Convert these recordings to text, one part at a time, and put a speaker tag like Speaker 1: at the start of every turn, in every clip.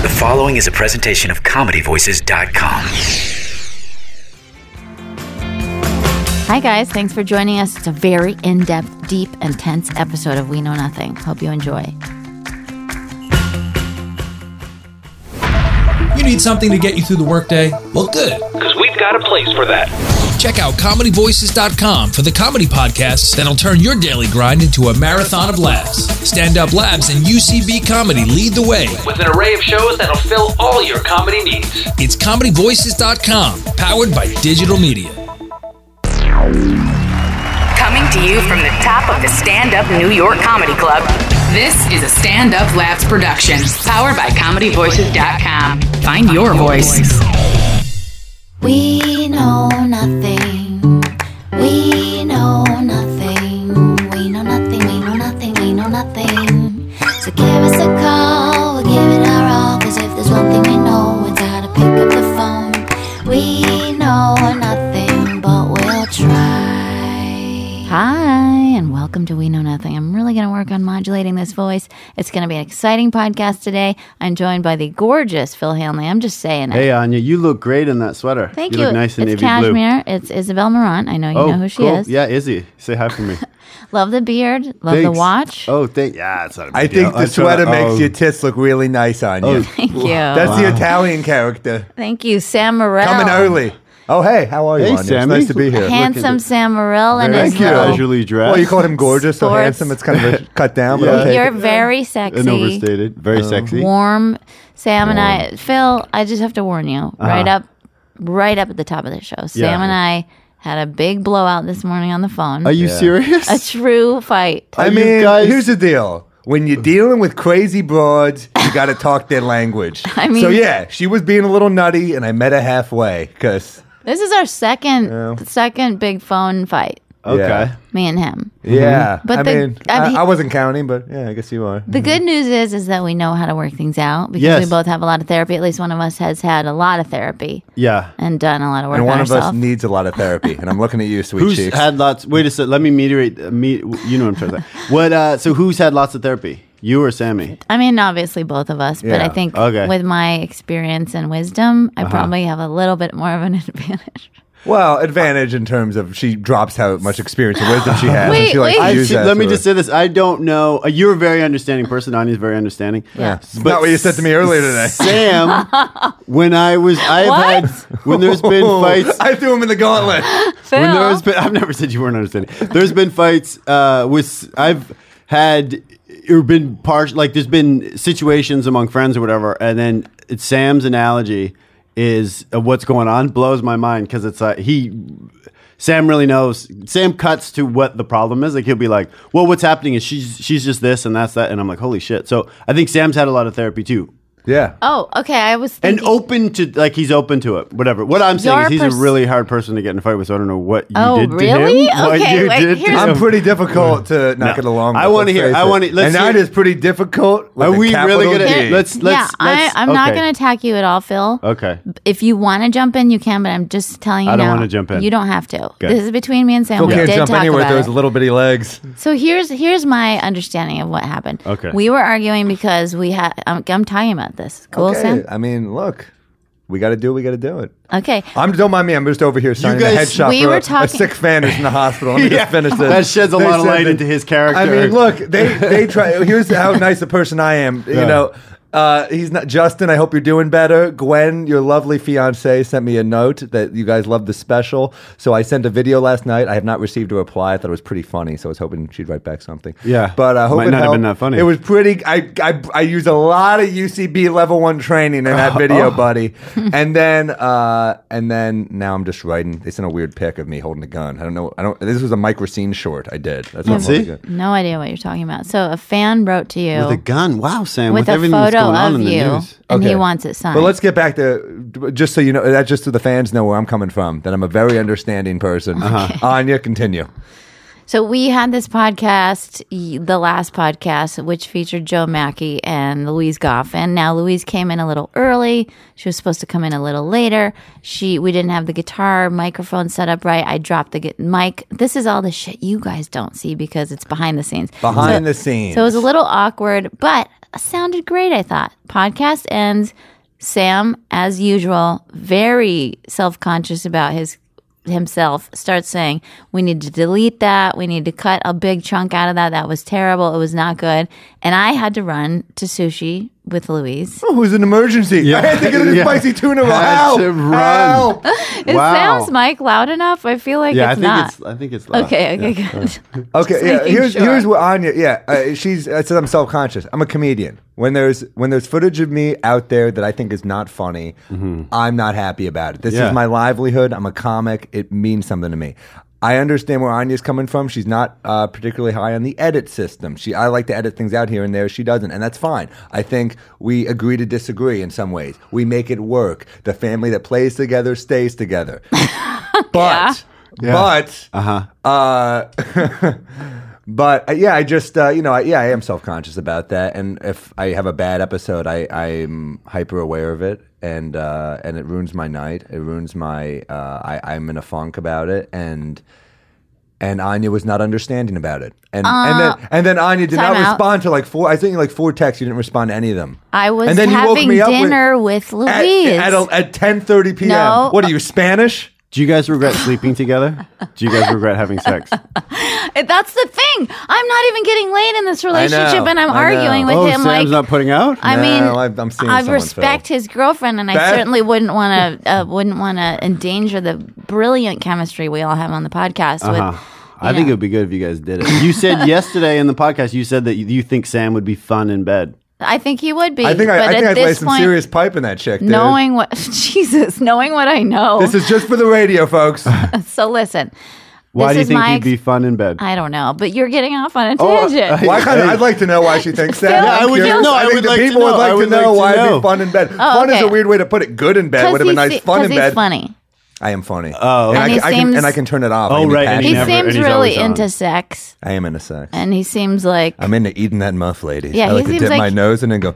Speaker 1: The following is a presentation of ComedyVoices.com.
Speaker 2: Hi, guys. Thanks for joining us. It's a very in depth, deep, intense episode of We Know Nothing. Hope you enjoy.
Speaker 3: You need something to get you through the workday? Well, good.
Speaker 4: because we've got a place for that.
Speaker 3: Check out comedyvoices.com for the comedy podcasts that'll turn your daily grind into a marathon of laughs. Stand Up Labs and UCB Comedy lead the way.
Speaker 4: With an array of shows that'll fill all your comedy needs.
Speaker 3: It's comedyvoices.com, powered by digital media.
Speaker 5: Coming to you from the top of the Stand Up New York Comedy Club, this is a Stand Up Labs production, powered by ComedyVoices.com. Find your voice.
Speaker 2: We know nothing. We know nothing. We know nothing. We know nothing. We know nothing. So give us a call. We'll give it our all. Cause if there's one thing we know, it's how to pick up the phone. We know nothing, but we'll try. Hi, and welcome to We Know Nothing. I'm really going to work on modulating this voice. It's going to be an exciting podcast today. I'm joined by the gorgeous Phil Hanley. I'm just saying it.
Speaker 6: Hey, Anya, you look great in that sweater.
Speaker 2: Thank you.
Speaker 6: you. look nice in
Speaker 2: it's
Speaker 6: navy blue.
Speaker 2: cashmere. It's Isabel Marant. I know you
Speaker 6: Oh,
Speaker 2: know who she
Speaker 6: cool.
Speaker 2: is.
Speaker 6: Yeah, Izzy. Say hi for me.
Speaker 2: Love the beard. Love the
Speaker 6: Thanks.
Speaker 2: watch.
Speaker 6: Oh, thank. Yeah, it's not a oh, big
Speaker 7: I
Speaker 6: deal.
Speaker 7: think the
Speaker 6: I'm trying to-
Speaker 7: sweater makes
Speaker 6: oh.
Speaker 7: your tits look really nice on you.
Speaker 2: Thank you.
Speaker 7: That's the Italian character.
Speaker 2: Thank you, Sam Morril.
Speaker 7: Coming early. Oh, hey, how are you,
Speaker 6: Hey,
Speaker 7: Anya?
Speaker 6: Sammy.
Speaker 7: It's nice to be here.
Speaker 2: Handsome Sam Morril and
Speaker 6: Very
Speaker 2: his
Speaker 6: Thank you.
Speaker 2: little-
Speaker 6: Casually dressed.
Speaker 7: Well, you called him gorgeous, so
Speaker 2: Sports.
Speaker 7: handsome. It's kind of a cut down, but
Speaker 6: Yeah.
Speaker 7: I'll take
Speaker 2: You're
Speaker 7: it.
Speaker 2: very
Speaker 6: and
Speaker 2: sexy,
Speaker 6: overstated.
Speaker 7: Uh,
Speaker 6: Very sexy.
Speaker 2: warm. Sam and I, Phil. I just have to warn you, right up, right up at the top of the show. Sam
Speaker 6: Uh-huh. Yeah.
Speaker 2: and I had a big blowout this morning on the phone.
Speaker 6: Are you
Speaker 2: a
Speaker 6: serious?
Speaker 2: true fight.
Speaker 6: Are
Speaker 7: I
Speaker 6: you
Speaker 7: mean,
Speaker 6: guys-
Speaker 7: here's the deal. When you're dealing with crazy broads, you got to talk their language.
Speaker 2: I mean-
Speaker 7: so yeah, she was being a little nutty, and I met her halfway because
Speaker 2: This is our second, second big phone fight.
Speaker 6: okay. Mm-hmm.
Speaker 7: Yeah.
Speaker 2: Me and him.
Speaker 7: yeah,
Speaker 2: But
Speaker 7: I,
Speaker 2: the-
Speaker 7: mean,
Speaker 2: I
Speaker 7: I
Speaker 2: mean-
Speaker 7: I wasn't counting, but yeah, I guess you are.
Speaker 2: The good news is is that we know how to work things out because
Speaker 6: Yes.
Speaker 2: we both have a lot of therapy. At least one of us has had a lot of therapy
Speaker 6: Yeah.
Speaker 2: and done a lot of work
Speaker 7: and
Speaker 2: on
Speaker 7: one of us
Speaker 2: ourselves.
Speaker 7: needs a lot of therapy, and I'm looking at you, sweet
Speaker 6: Who's
Speaker 7: cheeks.
Speaker 6: had lots? Wait a sec. Let me mediate. Uh, me, you know what I'm trying to say. What? Uh, so who's had lots of therapy? You or Sammy?
Speaker 2: I mean, obviously both of us, but
Speaker 7: Yeah,
Speaker 2: I think
Speaker 6: okay. Uh-huh.
Speaker 2: with my experience and wisdom, I probably have a little bit more of an advantage.
Speaker 7: Well, advantage in terms of she drops how much experience and wisdom she has.
Speaker 2: Wait,
Speaker 7: and she likes
Speaker 2: wait.
Speaker 7: to
Speaker 6: I,
Speaker 7: use
Speaker 6: see-
Speaker 7: that
Speaker 6: let me
Speaker 7: to
Speaker 6: just
Speaker 7: her-
Speaker 6: say this. I don't know. Uh, you're a very understanding person. Anya's very understanding.
Speaker 2: Yeah.
Speaker 7: It's not what you said to me earlier today.
Speaker 6: Sam, when I was, I've
Speaker 2: What?
Speaker 6: had, when there's been fights,
Speaker 7: I threw him in the gauntlet.
Speaker 2: Phil,
Speaker 6: When there's been, I've never said you weren't understanding. There's been fights uh, with I've had or been part like there's been situations among friends or whatever, and then it's Sam's analogy is of what's going on blows my mind because it's like he. Sam really knows. Sam cuts to what the problem is. Like he'll be like, "Well, what's happening is she's she's just this and that's that," and I'm like, "Holy shit!" So I think Sam's had a lot of therapy too,
Speaker 7: Yeah.
Speaker 2: oh, okay. I was
Speaker 6: and
Speaker 2: thinking,
Speaker 6: open to like he's open to it. Whatever. What I'm saying
Speaker 2: Your
Speaker 6: is he's
Speaker 2: pers-
Speaker 6: a really hard person to get in a fight with. So I don't know what you
Speaker 2: Oh,
Speaker 6: did
Speaker 2: really?
Speaker 6: to him. what
Speaker 2: Okay,
Speaker 6: you
Speaker 2: wait,
Speaker 6: did
Speaker 2: here's-
Speaker 6: to
Speaker 7: I'm
Speaker 6: him.
Speaker 7: pretty difficult to not
Speaker 6: Um, No.
Speaker 7: get along with.
Speaker 6: I wanna
Speaker 7: let's
Speaker 6: hear-
Speaker 7: face
Speaker 6: I
Speaker 7: it.
Speaker 6: wanna- let's
Speaker 7: and
Speaker 6: hear-
Speaker 7: that is pretty difficult. With
Speaker 6: Are
Speaker 7: a
Speaker 6: we really
Speaker 7: capital
Speaker 6: gonna-
Speaker 7: D.
Speaker 6: let's-
Speaker 2: yeah,
Speaker 6: let's-
Speaker 2: I, I'm not
Speaker 6: okay.
Speaker 2: going to attack you at all, Phil.
Speaker 6: Okay.
Speaker 2: If you want to jump in, you can, but I'm just telling you
Speaker 6: I don't
Speaker 2: now,
Speaker 6: wanna jump in.
Speaker 2: You don't have to.
Speaker 6: Good.
Speaker 2: This is between me and Sam.
Speaker 7: Phil
Speaker 2: We
Speaker 7: can't
Speaker 2: did
Speaker 7: jump
Speaker 2: talk
Speaker 7: anywhere with
Speaker 2: about
Speaker 7: those
Speaker 2: it.
Speaker 7: little bitty legs.
Speaker 2: So here's here's my understanding of what happened.
Speaker 6: Okay.
Speaker 2: we were arguing because we had. I'm, I'm talking about this. Cool,
Speaker 7: okay.
Speaker 2: Sam.
Speaker 7: I mean, look, we got to do. it, We got to do it.
Speaker 2: Okay.
Speaker 7: I'm don't mind me. I'm just over here signing
Speaker 6: guys-
Speaker 7: a headshot
Speaker 2: We
Speaker 7: for
Speaker 2: were
Speaker 7: a- a,
Speaker 2: talking-
Speaker 7: sick fan who's in the hospital. Let me just finish this.
Speaker 6: That sheds a
Speaker 7: They
Speaker 6: lot of
Speaker 7: said
Speaker 6: light
Speaker 7: that-
Speaker 6: into his character.
Speaker 7: I mean, look, they they try. Here's how nice a person I am. You
Speaker 6: Yeah.
Speaker 7: know, uh, he's not Justin. I hope you're doing better. Gwen, your lovely fiance, sent me a note that you guys love the special. So I sent a video last night. I have not received a reply. I thought it was pretty funny, so I was hoping she'd write back something.
Speaker 6: Yeah.
Speaker 7: but I hope
Speaker 6: Might
Speaker 7: it
Speaker 6: not have
Speaker 7: helped.
Speaker 6: been that funny.
Speaker 7: It was pretty. I I, I use a lot of UCB level one training in that video,
Speaker 6: Oh.
Speaker 7: buddy. and then uh, and then now I'm just writing. They sent a weird pic of me holding a gun. I don't know. I don't. This was a microscene short I did. That's what I'm
Speaker 6: Hmm. See?
Speaker 7: holding a gun.
Speaker 2: No idea what you're talking about. So a fan wrote to you
Speaker 6: with a gun. Wow, Sam. With,
Speaker 2: with a
Speaker 6: everything that's
Speaker 2: photo
Speaker 6: going on
Speaker 2: of
Speaker 6: in the
Speaker 2: you,
Speaker 6: news.
Speaker 2: and he
Speaker 7: Okay.
Speaker 2: wants it signed.
Speaker 7: But let's get back to just so you know that just so the fans know where I'm coming from. That I'm a very understanding person. Anya, continue.
Speaker 2: so we had this podcast, y- the last podcast, which featured Joe Mackey and Louise Goff, and now Louise came in a little early. She was supposed to come in a little later. She we didn't have the guitar microphone set up right. I dropped the gu- mic. This is all the shit you guys don't see because it's behind the scenes.
Speaker 7: Behind
Speaker 2: So-
Speaker 7: the scenes.
Speaker 2: So it was a little awkward, but sounded great, I thought. Podcast ends. Sam, as usual, very self conscious about his himself, starts saying, We need to delete that. We need to cut a big chunk out of that. That was terrible. It was not good. And I had to run to sushi with Louise.
Speaker 7: Oh, it was an emergency.
Speaker 6: Yeah.
Speaker 7: I had to get a
Speaker 6: Yeah.
Speaker 7: spicy tuna roll.
Speaker 6: Had
Speaker 7: Help!
Speaker 6: to run.
Speaker 7: Help!
Speaker 2: It sounds, Mike, loud enough. I feel like
Speaker 6: yeah, I
Speaker 2: it's
Speaker 6: think
Speaker 2: not.
Speaker 6: it's. I think it's. loud.
Speaker 2: okay, okay,
Speaker 6: Yeah.
Speaker 2: good.
Speaker 7: uh, Okay, yeah.
Speaker 2: making
Speaker 7: Here's
Speaker 2: sure.
Speaker 7: here's what Anya. Yeah, uh, she's. I said I'm self conscious. I'm a comedian. When there's when there's footage of me out there that I think is not funny, I'm not happy about it. This
Speaker 6: Yeah.
Speaker 7: is my livelihood. I'm a comic. It means something to me. I understand where Anya's coming from. She's not uh, particularly high on the edit system. She, I like to edit things out here and there. She doesn't, and that's fine. I think we agree to disagree in some ways. We make it work. The family that plays together stays together. But, but, uh-huh. but uh, yeah, I just uh, you know, I, yeah, I am self conscious about that, and if I have a bad episode, I I'm hyper aware of it, and uh, and it ruins my night. It ruins my uh, I I'm in a funk about it, and. And Anya was not understanding about it, and and then and then Anya did
Speaker 2: Uh, time
Speaker 7: not
Speaker 2: out.
Speaker 7: respond to like four. I think like four texts. You didn't respond to any of them.
Speaker 2: I was
Speaker 7: and then you woke
Speaker 2: having
Speaker 7: me up with-
Speaker 2: dinner with,
Speaker 7: at
Speaker 2: Louise.
Speaker 7: at, a- at ten thirty p.m.
Speaker 2: No.
Speaker 7: What are you Spanish?
Speaker 6: Do you guys regret sleeping together? Do you guys regret having sex?
Speaker 2: It- That's the thing. I'm not even getting laid in this relationship,
Speaker 7: know,
Speaker 2: and I'm
Speaker 7: I
Speaker 2: arguing
Speaker 7: know.
Speaker 2: with
Speaker 6: oh,
Speaker 2: him.
Speaker 6: Sam's
Speaker 2: like,
Speaker 6: not putting out.
Speaker 2: I
Speaker 7: No,
Speaker 2: mean,
Speaker 7: I've- I'm seeing
Speaker 2: I
Speaker 7: someone,
Speaker 2: respect his girlfriend, and I
Speaker 7: That-
Speaker 2: certainly wouldn't want to uh, wouldn't want to endanger the brilliant chemistry we all have on the podcast. With
Speaker 7: Uh-huh.
Speaker 6: I
Speaker 2: you
Speaker 6: think
Speaker 2: know.
Speaker 6: it would be good if you guys did it. You said yesterday in the podcast. You said that you, you think Sam would be fun in bed.
Speaker 2: I think he would be.
Speaker 7: I think I,
Speaker 2: but
Speaker 7: I think
Speaker 2: at
Speaker 7: I'd lay
Speaker 2: this
Speaker 7: some
Speaker 2: point,
Speaker 7: serious pipe in that chick. Dude.
Speaker 2: knowing what Jesus, knowing what I know.
Speaker 7: This is just for the radio, folks.
Speaker 2: so listen.
Speaker 6: Why
Speaker 2: this
Speaker 6: do you
Speaker 2: is
Speaker 6: think
Speaker 2: my
Speaker 6: he'd be fun in bed?
Speaker 2: I don't know, but you're getting off on a
Speaker 7: uh,
Speaker 6: Oh,
Speaker 2: tangent.
Speaker 6: I-
Speaker 7: Why kind of, I'd like to know why she thinks that.
Speaker 2: Phil,
Speaker 7: I'm
Speaker 2: Yeah, I would-
Speaker 7: curious.
Speaker 2: no,
Speaker 6: I
Speaker 7: think
Speaker 6: would
Speaker 7: the
Speaker 6: like to
Speaker 7: people would
Speaker 6: know.
Speaker 7: like
Speaker 6: I
Speaker 7: to
Speaker 6: would like
Speaker 7: know
Speaker 6: to
Speaker 7: why it'd
Speaker 6: know.
Speaker 7: be fun in bed. Fun is
Speaker 2: Oh, okay.
Speaker 7: a weird way to put it. Good in bed would have been nice.
Speaker 2: he's,
Speaker 7: fun in
Speaker 2: he's
Speaker 7: bed.
Speaker 2: funny.
Speaker 7: I am funny.
Speaker 6: Oh.
Speaker 7: and, I,
Speaker 2: And
Speaker 7: can-
Speaker 2: he
Speaker 7: I can,
Speaker 2: seems-
Speaker 7: and I can turn it off. I
Speaker 6: Oh,
Speaker 7: can be
Speaker 6: right, and
Speaker 2: He
Speaker 6: he's
Speaker 7: passionate.
Speaker 6: never- and
Speaker 2: seems
Speaker 6: he's
Speaker 2: really
Speaker 6: always on.
Speaker 2: into sex,
Speaker 7: I am into sex.
Speaker 2: and he seems like
Speaker 7: I'm into eating that muff, ladies.
Speaker 2: Yeah,
Speaker 7: I
Speaker 2: he
Speaker 7: like to
Speaker 2: seems
Speaker 7: dip
Speaker 2: like-
Speaker 7: my nose and then go.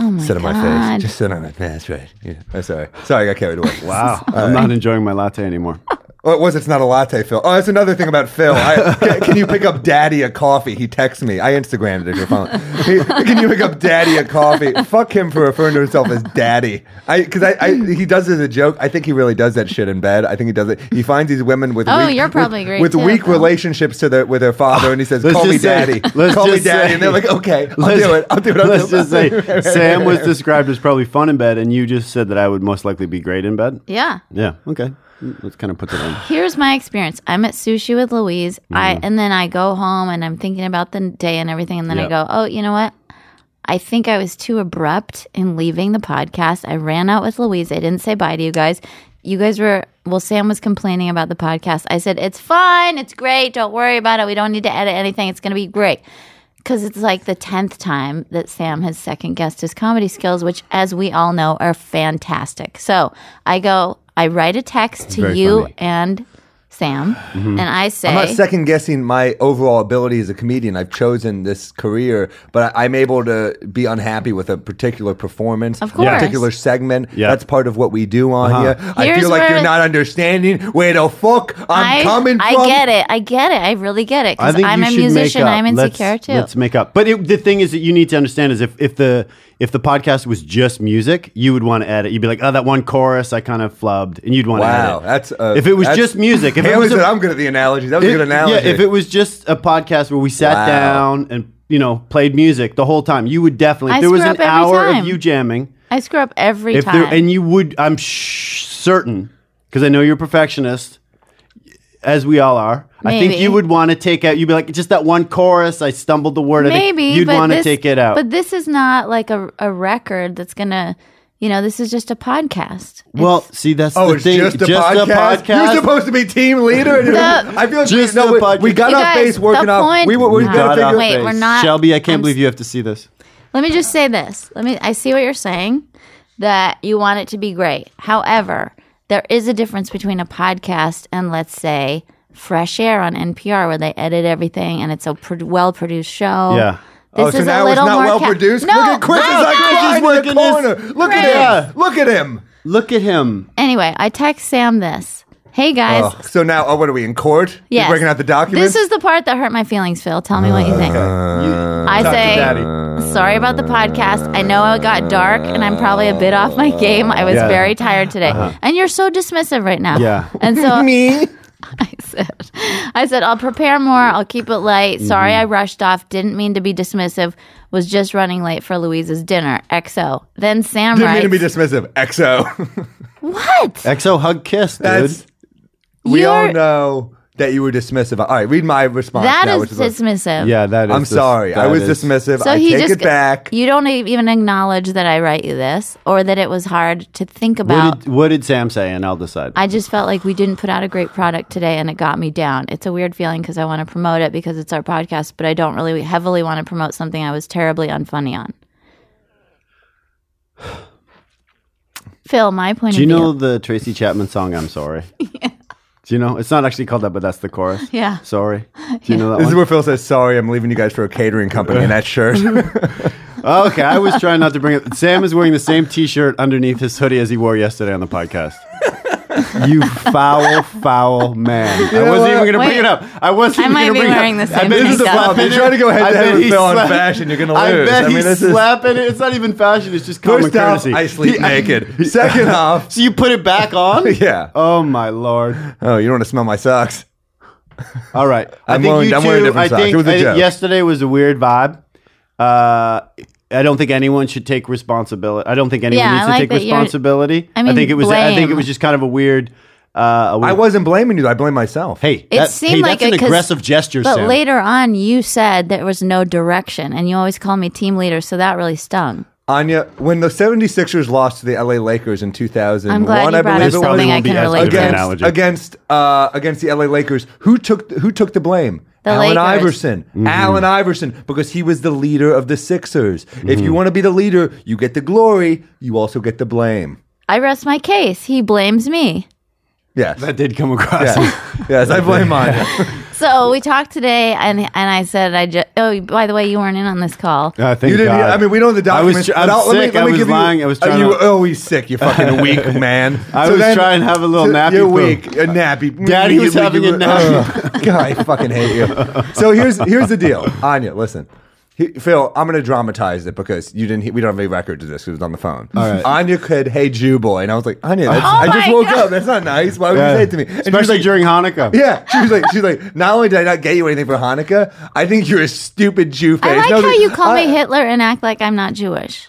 Speaker 2: oh my
Speaker 7: Sit on
Speaker 2: god.
Speaker 7: my face. Just sit on it. Yeah, that's right. Yeah. I'm sorry. Sorry, I got carried away.
Speaker 6: Wow, I'm not enjoying my latte anymore.
Speaker 7: Oh, it was. It's not a latte, Phil. Oh, that's another thing about Phil. I, can, can you pick up Daddy a coffee? He texts me. I Instagrammed it. If you're following. He- can you pick up Daddy a coffee? Fuck him for referring to himself as Daddy. I because I, I he does it as a joke. I think he really does that shit in bed. I think he does it. He finds these women with
Speaker 2: Oh,
Speaker 7: weak,
Speaker 2: you're
Speaker 7: with-
Speaker 2: probably great
Speaker 7: with,
Speaker 2: too,
Speaker 7: weak
Speaker 2: Phil.
Speaker 7: relationships to their with their father, and he says,
Speaker 6: Let's
Speaker 7: "Call me
Speaker 6: just say-
Speaker 7: Daddy.
Speaker 6: let's
Speaker 7: Call me
Speaker 6: just
Speaker 7: Daddy."
Speaker 6: say-
Speaker 7: and they're like, "Okay, I'll
Speaker 6: Let's-
Speaker 7: do it. I'll do it." I'll
Speaker 6: let's
Speaker 7: do it."
Speaker 6: just say Sam was described as probably fun in bed, and you just said that I would most likely be great in bed.
Speaker 2: Yeah.
Speaker 6: Yeah. Okay. Let's kind of put that on.
Speaker 2: Here's my experience. I'm at sushi with Louise.
Speaker 6: Mm-hmm.
Speaker 2: I and then I go home and I'm thinking about the day and everything and then I
Speaker 6: Yeah.
Speaker 2: go, "Oh, you know what? I think I was too abrupt in leaving the podcast. I ran out with Louise. I didn't say bye to you guys. You guys were well, Sam was complaining about the podcast. I said, "It's fun. It's great. Don't worry about it. We don't need to edit anything. It's going to be great." Because it's like the 10th time that Sam has second guessed his comedy skills, which, as we all know, are fantastic. So I go, I write a text to
Speaker 6: Very
Speaker 2: you
Speaker 6: funny.
Speaker 2: and Sam,
Speaker 6: Mm-hmm.
Speaker 2: and I say,
Speaker 7: I'm not second guessing my overall ability as a comedian. I've chosen this career, but I- I'm able to be unhappy with a particular performance,
Speaker 2: Of course.
Speaker 7: a particular segment.
Speaker 6: Yeah. Uh-huh.
Speaker 7: That's part of what we do on here. I
Speaker 2: Here's
Speaker 7: feel like
Speaker 2: where-
Speaker 7: you're not understanding where the fuck I'm
Speaker 2: I-
Speaker 7: coming
Speaker 2: I
Speaker 7: from.
Speaker 2: get it. I get it. I really get it. Because I'm
Speaker 6: you
Speaker 2: a
Speaker 6: should make
Speaker 2: musician.
Speaker 6: up.
Speaker 2: I'm
Speaker 6: Let's-
Speaker 2: insecure too.
Speaker 6: Let's make up. But it, the thing is that you need to understand is if, if the if the podcast was just music, you would want to edit. You'd be like, oh, that one chorus I kind of flubbed, and you'd want to
Speaker 7: Wow,
Speaker 6: edit.
Speaker 7: that's uh,
Speaker 6: if it was
Speaker 7: that's-
Speaker 6: just music. If
Speaker 7: Hey,
Speaker 6: it was
Speaker 7: listen,
Speaker 6: a-
Speaker 7: I'm good at the analogies. That was
Speaker 6: If-
Speaker 7: a good analogy.
Speaker 6: Yeah, if it was just a podcast where we sat
Speaker 7: Wow.
Speaker 6: down and you know played music the whole time, you would definitely.
Speaker 2: I
Speaker 6: if there was
Speaker 2: screw
Speaker 6: an
Speaker 2: up every
Speaker 6: hour
Speaker 2: time.
Speaker 6: of you jamming.
Speaker 2: I screw up every
Speaker 6: If
Speaker 2: time.
Speaker 6: there, and you would, I'm sh- certain because I know you're a perfectionist, as we all are. I think
Speaker 2: Maybe.
Speaker 6: you would want to take out. You'd be like, just that one chorus. I stumbled the word. I
Speaker 2: Maybe
Speaker 6: think you'd
Speaker 2: but
Speaker 6: want to
Speaker 2: this-
Speaker 6: take it out.
Speaker 2: But this is not like a, a record that's gonna, you know, this is just a podcast.
Speaker 6: well, see, that's
Speaker 7: Oh,
Speaker 6: the
Speaker 7: it's
Speaker 6: thing.
Speaker 7: just, a, podcast? You're supposed to be team leader. and-
Speaker 2: No.
Speaker 7: I feel like
Speaker 6: Just
Speaker 7: we,
Speaker 6: a
Speaker 7: no, we-
Speaker 6: podcast.
Speaker 7: we got
Speaker 2: You
Speaker 7: off
Speaker 2: guys,
Speaker 7: base
Speaker 2: the
Speaker 7: working off.
Speaker 2: point-
Speaker 7: We were, we
Speaker 6: We
Speaker 7: were
Speaker 6: got
Speaker 7: gonna
Speaker 6: off
Speaker 7: figure.
Speaker 2: Wait,
Speaker 6: base.
Speaker 2: we're not-
Speaker 6: Shelby, I can't
Speaker 2: I'm
Speaker 6: believe you have to see this.
Speaker 2: Let me just say this. Let me I see what you're saying that you want it to be great. However, there is a difference between a podcast and let's say fresh air on NPR where they edit everything and it's a pro- well-produced show.
Speaker 6: Yeah.
Speaker 2: This
Speaker 7: oh,
Speaker 2: is
Speaker 7: so
Speaker 2: a
Speaker 7: now it's
Speaker 2: little
Speaker 7: not
Speaker 2: more
Speaker 7: well
Speaker 2: ca-
Speaker 7: produced.
Speaker 2: No,
Speaker 7: Look at Chris.
Speaker 2: no,
Speaker 7: It's like
Speaker 2: no.
Speaker 7: Chris is like
Speaker 6: Chris
Speaker 7: in
Speaker 6: is
Speaker 7: the
Speaker 6: working
Speaker 7: corner. Look at him. Look at him.
Speaker 6: Look at him.
Speaker 2: Anyway, I text Sam this. Hey guys.
Speaker 7: Ugh. So now, oh, what are we in court? You're
Speaker 2: Yes.
Speaker 7: breaking out the documents.
Speaker 2: This is the part that hurt my feelings, Phil. Tell me what you think.
Speaker 7: Uh,
Speaker 2: I
Speaker 6: Talk to
Speaker 2: say,
Speaker 6: Daddy.
Speaker 2: sorry about the podcast. I know it got dark and I'm probably a bit off my game. I was
Speaker 6: Yeah. Uh-huh.
Speaker 2: very tired today. And you're so dismissive right now.
Speaker 6: Yeah.
Speaker 2: And so
Speaker 7: me.
Speaker 2: I said, I said, I'll prepare more. I'll keep it light. Sorry
Speaker 7: Mm-hmm.
Speaker 2: I rushed off. Didn't mean to be dismissive. Was just running late for Louise's dinner. XO. Then Sam
Speaker 7: Didn't
Speaker 2: writes,
Speaker 7: mean to be dismissive. XO.
Speaker 2: What?
Speaker 6: XO hug kiss, dude.
Speaker 7: That's. We all
Speaker 2: You're-
Speaker 7: know that you were dismissive. All right, read my response.
Speaker 2: That
Speaker 7: now,
Speaker 2: is
Speaker 7: which is what-
Speaker 2: dismissive.
Speaker 6: yeah, that is.
Speaker 7: I'm
Speaker 6: dis-
Speaker 7: sorry. I
Speaker 6: that
Speaker 7: was
Speaker 6: is-
Speaker 7: dismissive. I take it back.
Speaker 2: You don't e- even acknowledge that I write you this, or that it was hard to think about.
Speaker 6: What did, what did Sam say? And I'll decide.
Speaker 2: I just felt like we didn't put out a great product today, and it got me down. It's a weird feeling because I want to promote it because it's our podcast, but I don't really heavily want to promote something I was terribly unfunny on. Phil, my point
Speaker 6: Do you
Speaker 2: of
Speaker 6: know
Speaker 2: view.
Speaker 6: the Tracy Chapman song "I'm Sorry"? yeah. Do you know? It's not actually called that, but that's the chorus.
Speaker 2: Yeah.
Speaker 6: Sorry. Do you know that
Speaker 7: This is
Speaker 6: one?
Speaker 7: where Phil says, "Sorry, I'm leaving you guys for a catering company in that shirt."
Speaker 6: okay, I was trying not to bring it. Sam is wearing the same T-shirt underneath his hoodie as he wore yesterday on the podcast. you foul, foul man! I wasn't even going to bring
Speaker 2: Wait.
Speaker 6: it up. I wasn't.
Speaker 2: I
Speaker 6: even
Speaker 2: might
Speaker 6: gonna
Speaker 2: be
Speaker 6: bring it
Speaker 2: wearing
Speaker 6: up.
Speaker 2: the same
Speaker 6: I bet
Speaker 2: thing
Speaker 6: he's
Speaker 2: as Sam.
Speaker 6: slapping
Speaker 7: If you try to go
Speaker 6: it. I
Speaker 7: head-to-head
Speaker 6: bet
Speaker 7: with
Speaker 6: he
Speaker 7: Phil on
Speaker 6: slapped-
Speaker 7: fashion, you're gonna
Speaker 6: I
Speaker 7: lose.
Speaker 6: bet
Speaker 7: I mean,
Speaker 6: he's
Speaker 7: this is-
Speaker 6: slapping it. It's not even fashion. It's just common
Speaker 7: First off,
Speaker 6: courtesy.
Speaker 7: I sleep
Speaker 6: He-
Speaker 7: naked. Second off,
Speaker 6: So you put it back on?
Speaker 7: yeah.
Speaker 6: Oh my lord!
Speaker 7: Oh, you don't want to smell my socks.
Speaker 6: All right, I
Speaker 7: I'm
Speaker 6: think
Speaker 7: wearing-
Speaker 6: you
Speaker 7: I'm wearing
Speaker 6: two-
Speaker 7: a different
Speaker 6: I
Speaker 7: sock.
Speaker 6: think
Speaker 7: It was a
Speaker 6: I think
Speaker 7: joke.
Speaker 6: yesterday was a weird vibe. Uh, I don't think anyone should take responsibility. I don't think anyone
Speaker 2: Yeah,
Speaker 6: needs
Speaker 2: I
Speaker 6: to
Speaker 2: like
Speaker 6: take
Speaker 2: that you're-
Speaker 6: responsibility.
Speaker 2: I mean,
Speaker 6: think it was. I think it
Speaker 2: blame.
Speaker 6: was just kind of a weird. Uh, a weird
Speaker 7: I wasn't blaming you. I blame myself.
Speaker 6: Hey,
Speaker 2: It
Speaker 6: that-
Speaker 2: seemed
Speaker 6: hey,
Speaker 2: like
Speaker 6: that's
Speaker 2: it
Speaker 6: an
Speaker 2: 'cause-
Speaker 6: aggressive gesture.
Speaker 2: But
Speaker 6: Sam.
Speaker 2: later on, you said there was no direction, and you always call me team leader, so that really stung.
Speaker 7: Anya, when the 76ers lost to the LA Lakers in 2001,
Speaker 2: I'm glad you
Speaker 7: I
Speaker 2: brought up
Speaker 7: believe it was,
Speaker 2: something I
Speaker 6: won't be
Speaker 2: can
Speaker 6: as
Speaker 2: relate
Speaker 6: good of an
Speaker 2: to.
Speaker 6: analogy.
Speaker 7: against against uh, against the LA Lakers. Who took who took the blame?
Speaker 2: The
Speaker 7: Allen
Speaker 2: Lakers.
Speaker 7: Iverson.
Speaker 6: Mm-hmm.
Speaker 7: Allen Iverson, because he was the leader of the Sixers.
Speaker 6: Mm-hmm.
Speaker 7: If you want to be the leader, you get the glory. You also get the blame.
Speaker 2: I rest my case. He blames me.
Speaker 7: Yes.
Speaker 6: that did come across.
Speaker 7: yes. yes, I blame Anya.
Speaker 2: So we talked today, and and I said I just. Oh, by the way, you weren't in on this call.
Speaker 6: Uh, thank
Speaker 7: you didn't. e,
Speaker 6: God.
Speaker 7: I mean, we know the
Speaker 6: I was
Speaker 7: documents.
Speaker 6: tr-
Speaker 7: but
Speaker 6: I'm
Speaker 7: I'll-
Speaker 6: sick. I was lying. I was
Speaker 7: Oh,
Speaker 6: trying
Speaker 7: You
Speaker 6: to-
Speaker 7: were always sick. You fucking weak man.
Speaker 6: I was trying to have a little nappy
Speaker 7: You're
Speaker 6: poo.
Speaker 7: weak. A nappy.
Speaker 6: Daddy was having a nappy.
Speaker 7: Ugh. God, I fucking hate you. So here's here's the deal, Anya. Listen. He- Phil, I'm going to dramatize it because you didn't. he- We don't have any record of this. 'cause It was on the phone. All
Speaker 6: right. Oh
Speaker 7: Anya could, "Hey, Jew boy," and I was like, "Anya, that's, I just
Speaker 2: my
Speaker 7: woke
Speaker 2: God.
Speaker 7: up. That's not nice. Why would
Speaker 6: Yeah.
Speaker 7: you say it to me?" And she was
Speaker 6: especially
Speaker 7: like,
Speaker 6: during Hanukkah.
Speaker 7: yeah, she was like, she's like, not only did I not get you anything for Hanukkah, I think you're a stupid Jew face.
Speaker 2: I
Speaker 7: And
Speaker 2: like
Speaker 7: was
Speaker 2: how you call
Speaker 7: I-
Speaker 6: uh,
Speaker 2: me Hitler and act like I'm not Jewish.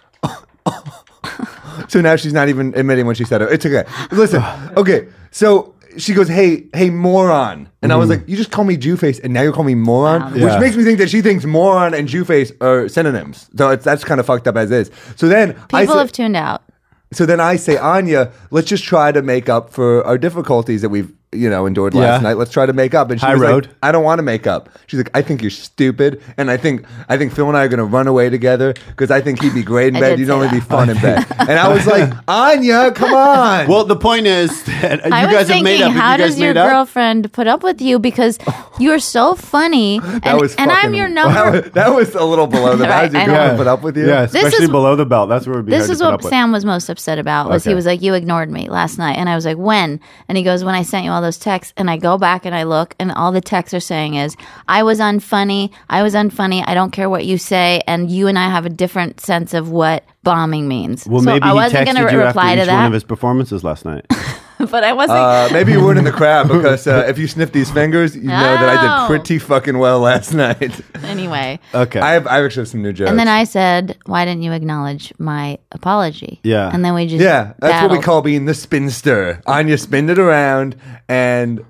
Speaker 7: So now she's not even admitting when she said it. It's okay. Listen, okay. So she goes, "Hey, hey, moron," and I was like, "You just call me Jew face, and now you call me moron," which
Speaker 6: Mm-hmm. Yeah.
Speaker 7: makes me think that she thinks moron and Jew face are synonyms. So it's, that's kind of fucked up as is. So then I
Speaker 2: People
Speaker 7: say-
Speaker 2: have tuned out.
Speaker 7: so then I say, Anya, let's just try to make up for our difficulties that we've, you know, endured last
Speaker 6: Yeah.
Speaker 7: night. Let's try to make up. And she
Speaker 6: High
Speaker 7: was like,
Speaker 6: road.
Speaker 7: I don't want to make up. She's like, I think you're stupid, and I think I think Phil and I are going to run away together because I think he'd be great in
Speaker 2: I
Speaker 7: bed.
Speaker 2: did say
Speaker 7: You'd only
Speaker 2: that.
Speaker 7: be fun in bed. And I was like, Anya, come on.
Speaker 6: Well, the point is that you
Speaker 2: I was
Speaker 6: guys have
Speaker 2: thinking,
Speaker 6: made up.
Speaker 2: how
Speaker 6: you guys
Speaker 2: does your
Speaker 6: made up?
Speaker 2: girlfriend put up with you? Because you're so funny, and,
Speaker 7: that was
Speaker 2: and I'm
Speaker 7: fucking-
Speaker 2: your
Speaker 7: That
Speaker 2: number.
Speaker 7: was, that was a little below the.
Speaker 2: Right,
Speaker 7: bounds. Your
Speaker 2: I know.
Speaker 7: girlfriend put up with you.
Speaker 6: Yeah,
Speaker 2: is-
Speaker 6: especially below the belt. That's where it'd be
Speaker 2: This
Speaker 6: hard
Speaker 2: is
Speaker 6: to put
Speaker 2: what
Speaker 6: up with.
Speaker 2: Sam was most upset about. Was
Speaker 6: Okay.
Speaker 2: he was like, "You ignored me last night," and I was like, "When?" And he goes, "When I sent you all those texts." And I go back and I look, and all the texts are saying is, "I was unfunny. I was unfunny. I don't care what you say." And you and I have a different sense of what bombing means.
Speaker 6: Well,
Speaker 2: so
Speaker 6: maybe
Speaker 2: I
Speaker 6: he
Speaker 2: wasn't
Speaker 6: texted
Speaker 2: gonna
Speaker 6: you
Speaker 2: reply
Speaker 6: after
Speaker 2: to
Speaker 6: each one of
Speaker 2: that,
Speaker 6: his performances last night.
Speaker 2: but I wasn't.
Speaker 7: Uh, maybe you weren't in the crowd because uh, if you sniff these fingers, you know that I
Speaker 2: No.
Speaker 7: did pretty fucking well last night.
Speaker 2: anyway.
Speaker 6: Okay.
Speaker 7: I have I actually have some new jokes.
Speaker 2: And then I said, "Why didn't you acknowledge my apology?"
Speaker 6: Yeah.
Speaker 2: and then we just
Speaker 7: Yeah, that's what we
Speaker 2: battled.
Speaker 7: call being the spinster. Anya spinned it around, and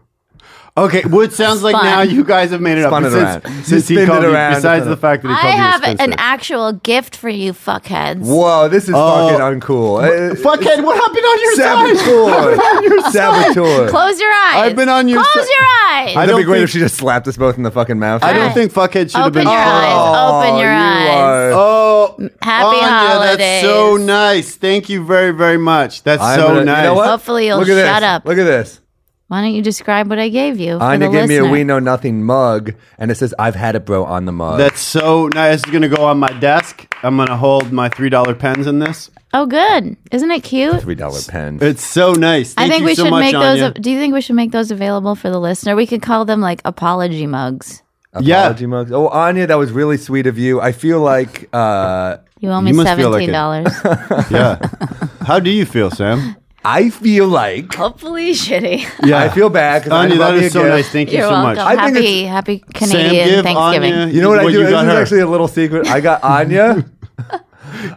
Speaker 6: okay, well, it sounds like
Speaker 2: Spun.
Speaker 6: now you guys have made it
Speaker 7: Spun
Speaker 6: up.
Speaker 7: it
Speaker 6: since
Speaker 7: around.
Speaker 6: since
Speaker 7: Spin
Speaker 6: he
Speaker 7: it
Speaker 6: called you,
Speaker 7: around.
Speaker 6: besides the fact that he
Speaker 2: I
Speaker 6: called
Speaker 2: have
Speaker 6: you a
Speaker 2: an
Speaker 6: spinster.
Speaker 2: actual gift for you, fuckheads.
Speaker 7: whoa, this is fucking uncool. Uh,
Speaker 6: Fuckhead, what happened on Oh. your side?
Speaker 7: saboteur, saboteur.
Speaker 2: Close your eyes.
Speaker 6: I've been on your
Speaker 2: Close
Speaker 6: si-
Speaker 2: your eyes.
Speaker 6: I
Speaker 7: That'd
Speaker 6: don't
Speaker 7: be great
Speaker 6: think-
Speaker 7: if she just slapped us both in the fucking mouth. Oh,
Speaker 6: I don't
Speaker 2: Alright.
Speaker 6: think fuckhead should have
Speaker 2: Open
Speaker 6: been.
Speaker 2: your
Speaker 6: called.
Speaker 2: eyes. Open your
Speaker 7: you
Speaker 2: eyes.
Speaker 7: are-
Speaker 6: Oh,
Speaker 2: Happy
Speaker 6: Anya, That's so
Speaker 2: holidays.
Speaker 6: nice. Thank you very, very much. That's
Speaker 7: I'm
Speaker 6: so
Speaker 7: gonna- you know
Speaker 6: nice.
Speaker 7: what?
Speaker 2: Hopefully you'll
Speaker 7: Look at this.
Speaker 2: shut up.
Speaker 7: Look at this.
Speaker 2: Why don't you describe what I gave you? For
Speaker 7: Anya
Speaker 2: the
Speaker 7: gave
Speaker 2: listener?
Speaker 7: me a We Know Nothing mug, and it says, I've had it, bro, on the mug.
Speaker 6: That's so nice. It's gonna go on my desk. I'm gonna hold my three dollar pens in this.
Speaker 2: Oh, good. Isn't it cute?
Speaker 7: $3 pen.
Speaker 6: It's so nice.
Speaker 2: I
Speaker 6: Thank
Speaker 2: think
Speaker 6: you
Speaker 2: we
Speaker 6: so
Speaker 2: should
Speaker 6: much,
Speaker 2: make those.
Speaker 6: Anya.
Speaker 2: av- Do you think we should make those available for the listener? We could call them like apology mugs.
Speaker 6: yeah.
Speaker 7: Apology mugs. Oh, Anya, that was really sweet of you. I feel like uh,
Speaker 2: You owe me
Speaker 6: You must feel like
Speaker 2: seventeen
Speaker 6: it.
Speaker 2: dollars.
Speaker 6: yeah. How do you feel, Sam?
Speaker 7: I feel like
Speaker 2: Hopefully, shitty.
Speaker 6: Yeah,
Speaker 7: I feel bad. 'cause I
Speaker 6: Anya,
Speaker 7: love
Speaker 6: that
Speaker 7: you
Speaker 6: is so
Speaker 7: again.
Speaker 6: nice. Thank you
Speaker 2: You're
Speaker 6: so
Speaker 2: welcome.
Speaker 6: much.
Speaker 7: I think
Speaker 2: happy, happy
Speaker 6: Sam,
Speaker 2: Canadian
Speaker 6: give
Speaker 2: Thanksgiving.
Speaker 6: Anya
Speaker 7: You know what, I do?
Speaker 6: You
Speaker 7: This
Speaker 6: got
Speaker 7: is
Speaker 6: her.
Speaker 7: actually a little secret. I got Anya.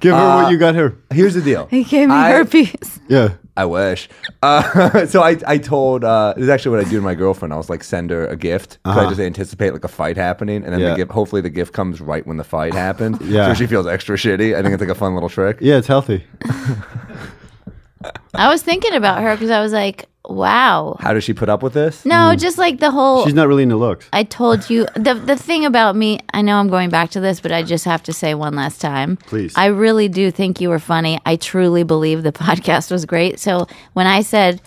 Speaker 6: Give her what you got her.
Speaker 7: Here's the deal.
Speaker 2: He gave me
Speaker 7: I-
Speaker 2: herpes.
Speaker 6: Uh, Yeah.
Speaker 7: I wish. Uh, so I, I told, uh, this is actually what I do to my girlfriend. I was like, send her a gift. 'cause I just anticipate like a fight happening. And then
Speaker 6: Uh-huh. Yeah.
Speaker 7: the gift, hopefully the gift comes right when the fight happens.
Speaker 6: Yeah.
Speaker 7: So she feels extra shitty. I think it's like a fun little trick.
Speaker 6: Yeah, it's healthy.
Speaker 2: I was thinking about her because I was like, wow.
Speaker 7: How does she put up with this?
Speaker 2: No, just like the whole.
Speaker 6: Hmm. She's not really into looks.
Speaker 2: I told you the the thing about me. I know I'm going back to this, but I just have to say one last time.
Speaker 6: Please.
Speaker 2: I really do think you were funny. I truly believe the podcast was great. So when I said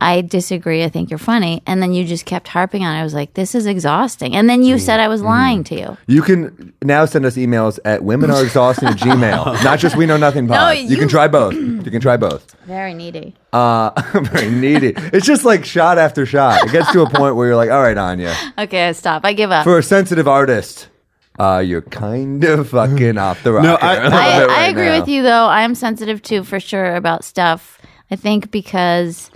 Speaker 2: I disagree, I think you're funny, and then you just kept harping on. it, I was like, this is exhausting. And then you said I was lying to you.
Speaker 7: You can now send us emails at womenareexhausting at gmail. Not just we know nothing pod. you,
Speaker 2: you-
Speaker 7: can try both. You can try both.
Speaker 2: Very needy.
Speaker 7: Uh, very needy. It's just like shot after shot. It gets to a point where you're like, all right, Anya.
Speaker 2: Okay, stop. I give up.
Speaker 7: For a sensitive artist, uh, you're kind of fucking off the rocker.
Speaker 6: No, I-
Speaker 7: a little
Speaker 2: I,
Speaker 7: bit
Speaker 2: I
Speaker 7: right
Speaker 2: agree
Speaker 7: now.
Speaker 2: with you though. I am sensitive too, for sure, about stuff. I think because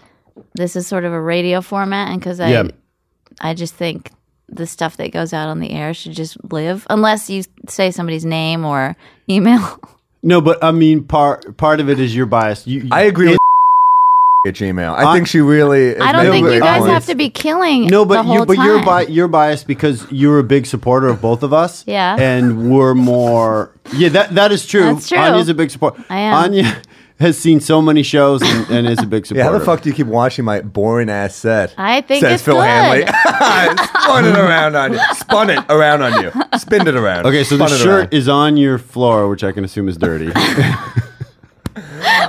Speaker 2: this is sort of a radio format, and because I,
Speaker 6: Yeah.
Speaker 2: I just think the stuff that goes out on the air should just live, unless you say somebody's name or email.
Speaker 6: No, but I mean, part part of it is your bias. You, you-
Speaker 7: I agree with at Gmail. I
Speaker 6: I-
Speaker 7: think she really. is
Speaker 2: I don't
Speaker 7: making
Speaker 2: think
Speaker 7: great
Speaker 2: you guys
Speaker 7: points.
Speaker 2: have to be killing.
Speaker 6: No,
Speaker 2: the
Speaker 6: but
Speaker 2: whole
Speaker 6: you, but you're
Speaker 2: time.
Speaker 6: bi- you're biased because you're a big supporter of both of us.
Speaker 2: Yeah.
Speaker 6: and we're more. Yeah, that that is true.
Speaker 2: That's true.
Speaker 6: Anya's a big supporter.
Speaker 2: I am.
Speaker 6: Anya has seen so many shows and, and is a big
Speaker 7: Yeah,
Speaker 6: supporter.
Speaker 7: how the fuck do you keep watching my boring ass set?
Speaker 2: I think
Speaker 7: says
Speaker 2: it's
Speaker 7: Phil
Speaker 2: good.
Speaker 7: Hanley. Spun it around on you. Spun it around on you. Spin it around.
Speaker 6: Okay, so the
Speaker 7: Spun it
Speaker 6: shirt
Speaker 7: around.
Speaker 6: is on your floor, which I can assume is dirty.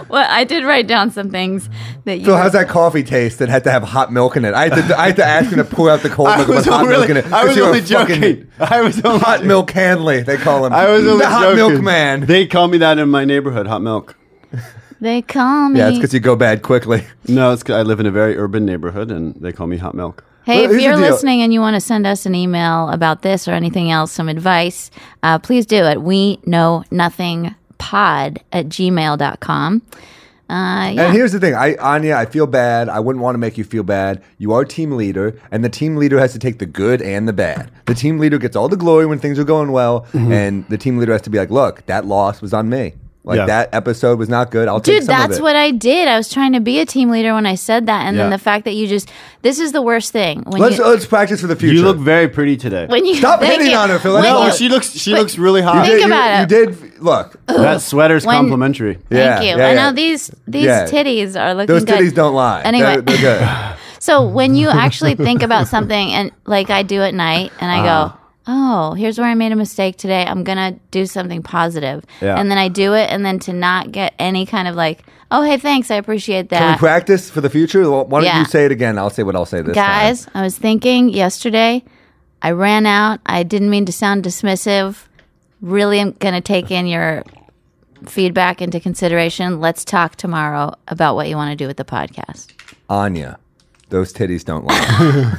Speaker 2: Well, I did write down some things that you.
Speaker 7: Phil, how's that coffee taste that had to have hot milk in it? I had to, I had to ask him to pour out the cold milk with hot milk in it.
Speaker 6: I
Speaker 7: 'cause
Speaker 6: was
Speaker 7: you're a
Speaker 6: only
Speaker 7: fucking
Speaker 6: joking. I was only
Speaker 7: Hot milk Hanley, they call him.
Speaker 6: I was only
Speaker 7: the hot
Speaker 6: joking.
Speaker 7: milk man.
Speaker 6: They call me that in my neighborhood, hot milk.
Speaker 2: They call me.
Speaker 7: yeah, it's because you go bad quickly.
Speaker 6: No, it's 'cause I live in a very urban neighborhood, and they call me hot milk.
Speaker 2: Hey,
Speaker 7: Well,
Speaker 2: if
Speaker 7: here's the
Speaker 2: you're
Speaker 7: deal.
Speaker 2: listening and you want to send us an email about this or anything else, some advice, uh, please do it. We know nothing pod at gmail.com. Uh, yeah.
Speaker 7: And here's the thing, I Anya, I feel bad. I wouldn't want to make you feel bad. You are team leader, and the team leader has to take the good and the bad. The team leader gets all the glory when things are going well,
Speaker 2: Mm-hmm.
Speaker 7: and the team leader has to be like, "Look, that loss was on me. Like
Speaker 6: Yeah.
Speaker 7: that episode was not good. I'll take
Speaker 2: Dude,
Speaker 7: some
Speaker 2: that's
Speaker 7: of it."
Speaker 2: what I did. I was trying to be a team leader when I said that. And then
Speaker 6: Yeah.
Speaker 2: the fact that you just, this is the worst thing. When
Speaker 7: let's
Speaker 2: you,
Speaker 7: let's practice for the future.
Speaker 6: You look very pretty today.
Speaker 2: when you
Speaker 7: Stop
Speaker 2: thank
Speaker 7: hitting
Speaker 2: you.
Speaker 7: on her, Oh, Phil.
Speaker 2: When
Speaker 7: No,
Speaker 2: you-
Speaker 6: she looks she looks
Speaker 2: looks
Speaker 6: really hot.
Speaker 7: You did-
Speaker 2: Think
Speaker 7: you-
Speaker 2: about it.
Speaker 7: You did look.
Speaker 6: that sweater's
Speaker 2: When-
Speaker 6: complimentary.
Speaker 7: Yeah,
Speaker 2: Thank you.
Speaker 7: yeah,
Speaker 2: I
Speaker 7: yeah.
Speaker 2: know these these
Speaker 7: Yeah.
Speaker 2: titties are looking
Speaker 7: Those
Speaker 2: good.
Speaker 7: titties don't lie.
Speaker 2: Anyway.
Speaker 7: They're- they're good.
Speaker 2: So when you actually think about something, and like I do at night, and I go, "Oh, here's where I made a mistake today. I'm gonna do something positive,"
Speaker 6: Yeah.
Speaker 2: and then I do it, and then to not get any kind of like, "Oh, hey, thanks, I appreciate
Speaker 7: Can we
Speaker 2: that."
Speaker 7: practice for the future? Why don't
Speaker 2: Yeah.
Speaker 7: you say it again? I'll say what I'll say this time.
Speaker 2: Guys, I was thinking yesterday, I ran out. I didn't mean to sound dismissive. Really, am gonna take in your feedback into consideration. Let's talk tomorrow about what you want to do with the podcast.
Speaker 7: Anya, those titties don't lie.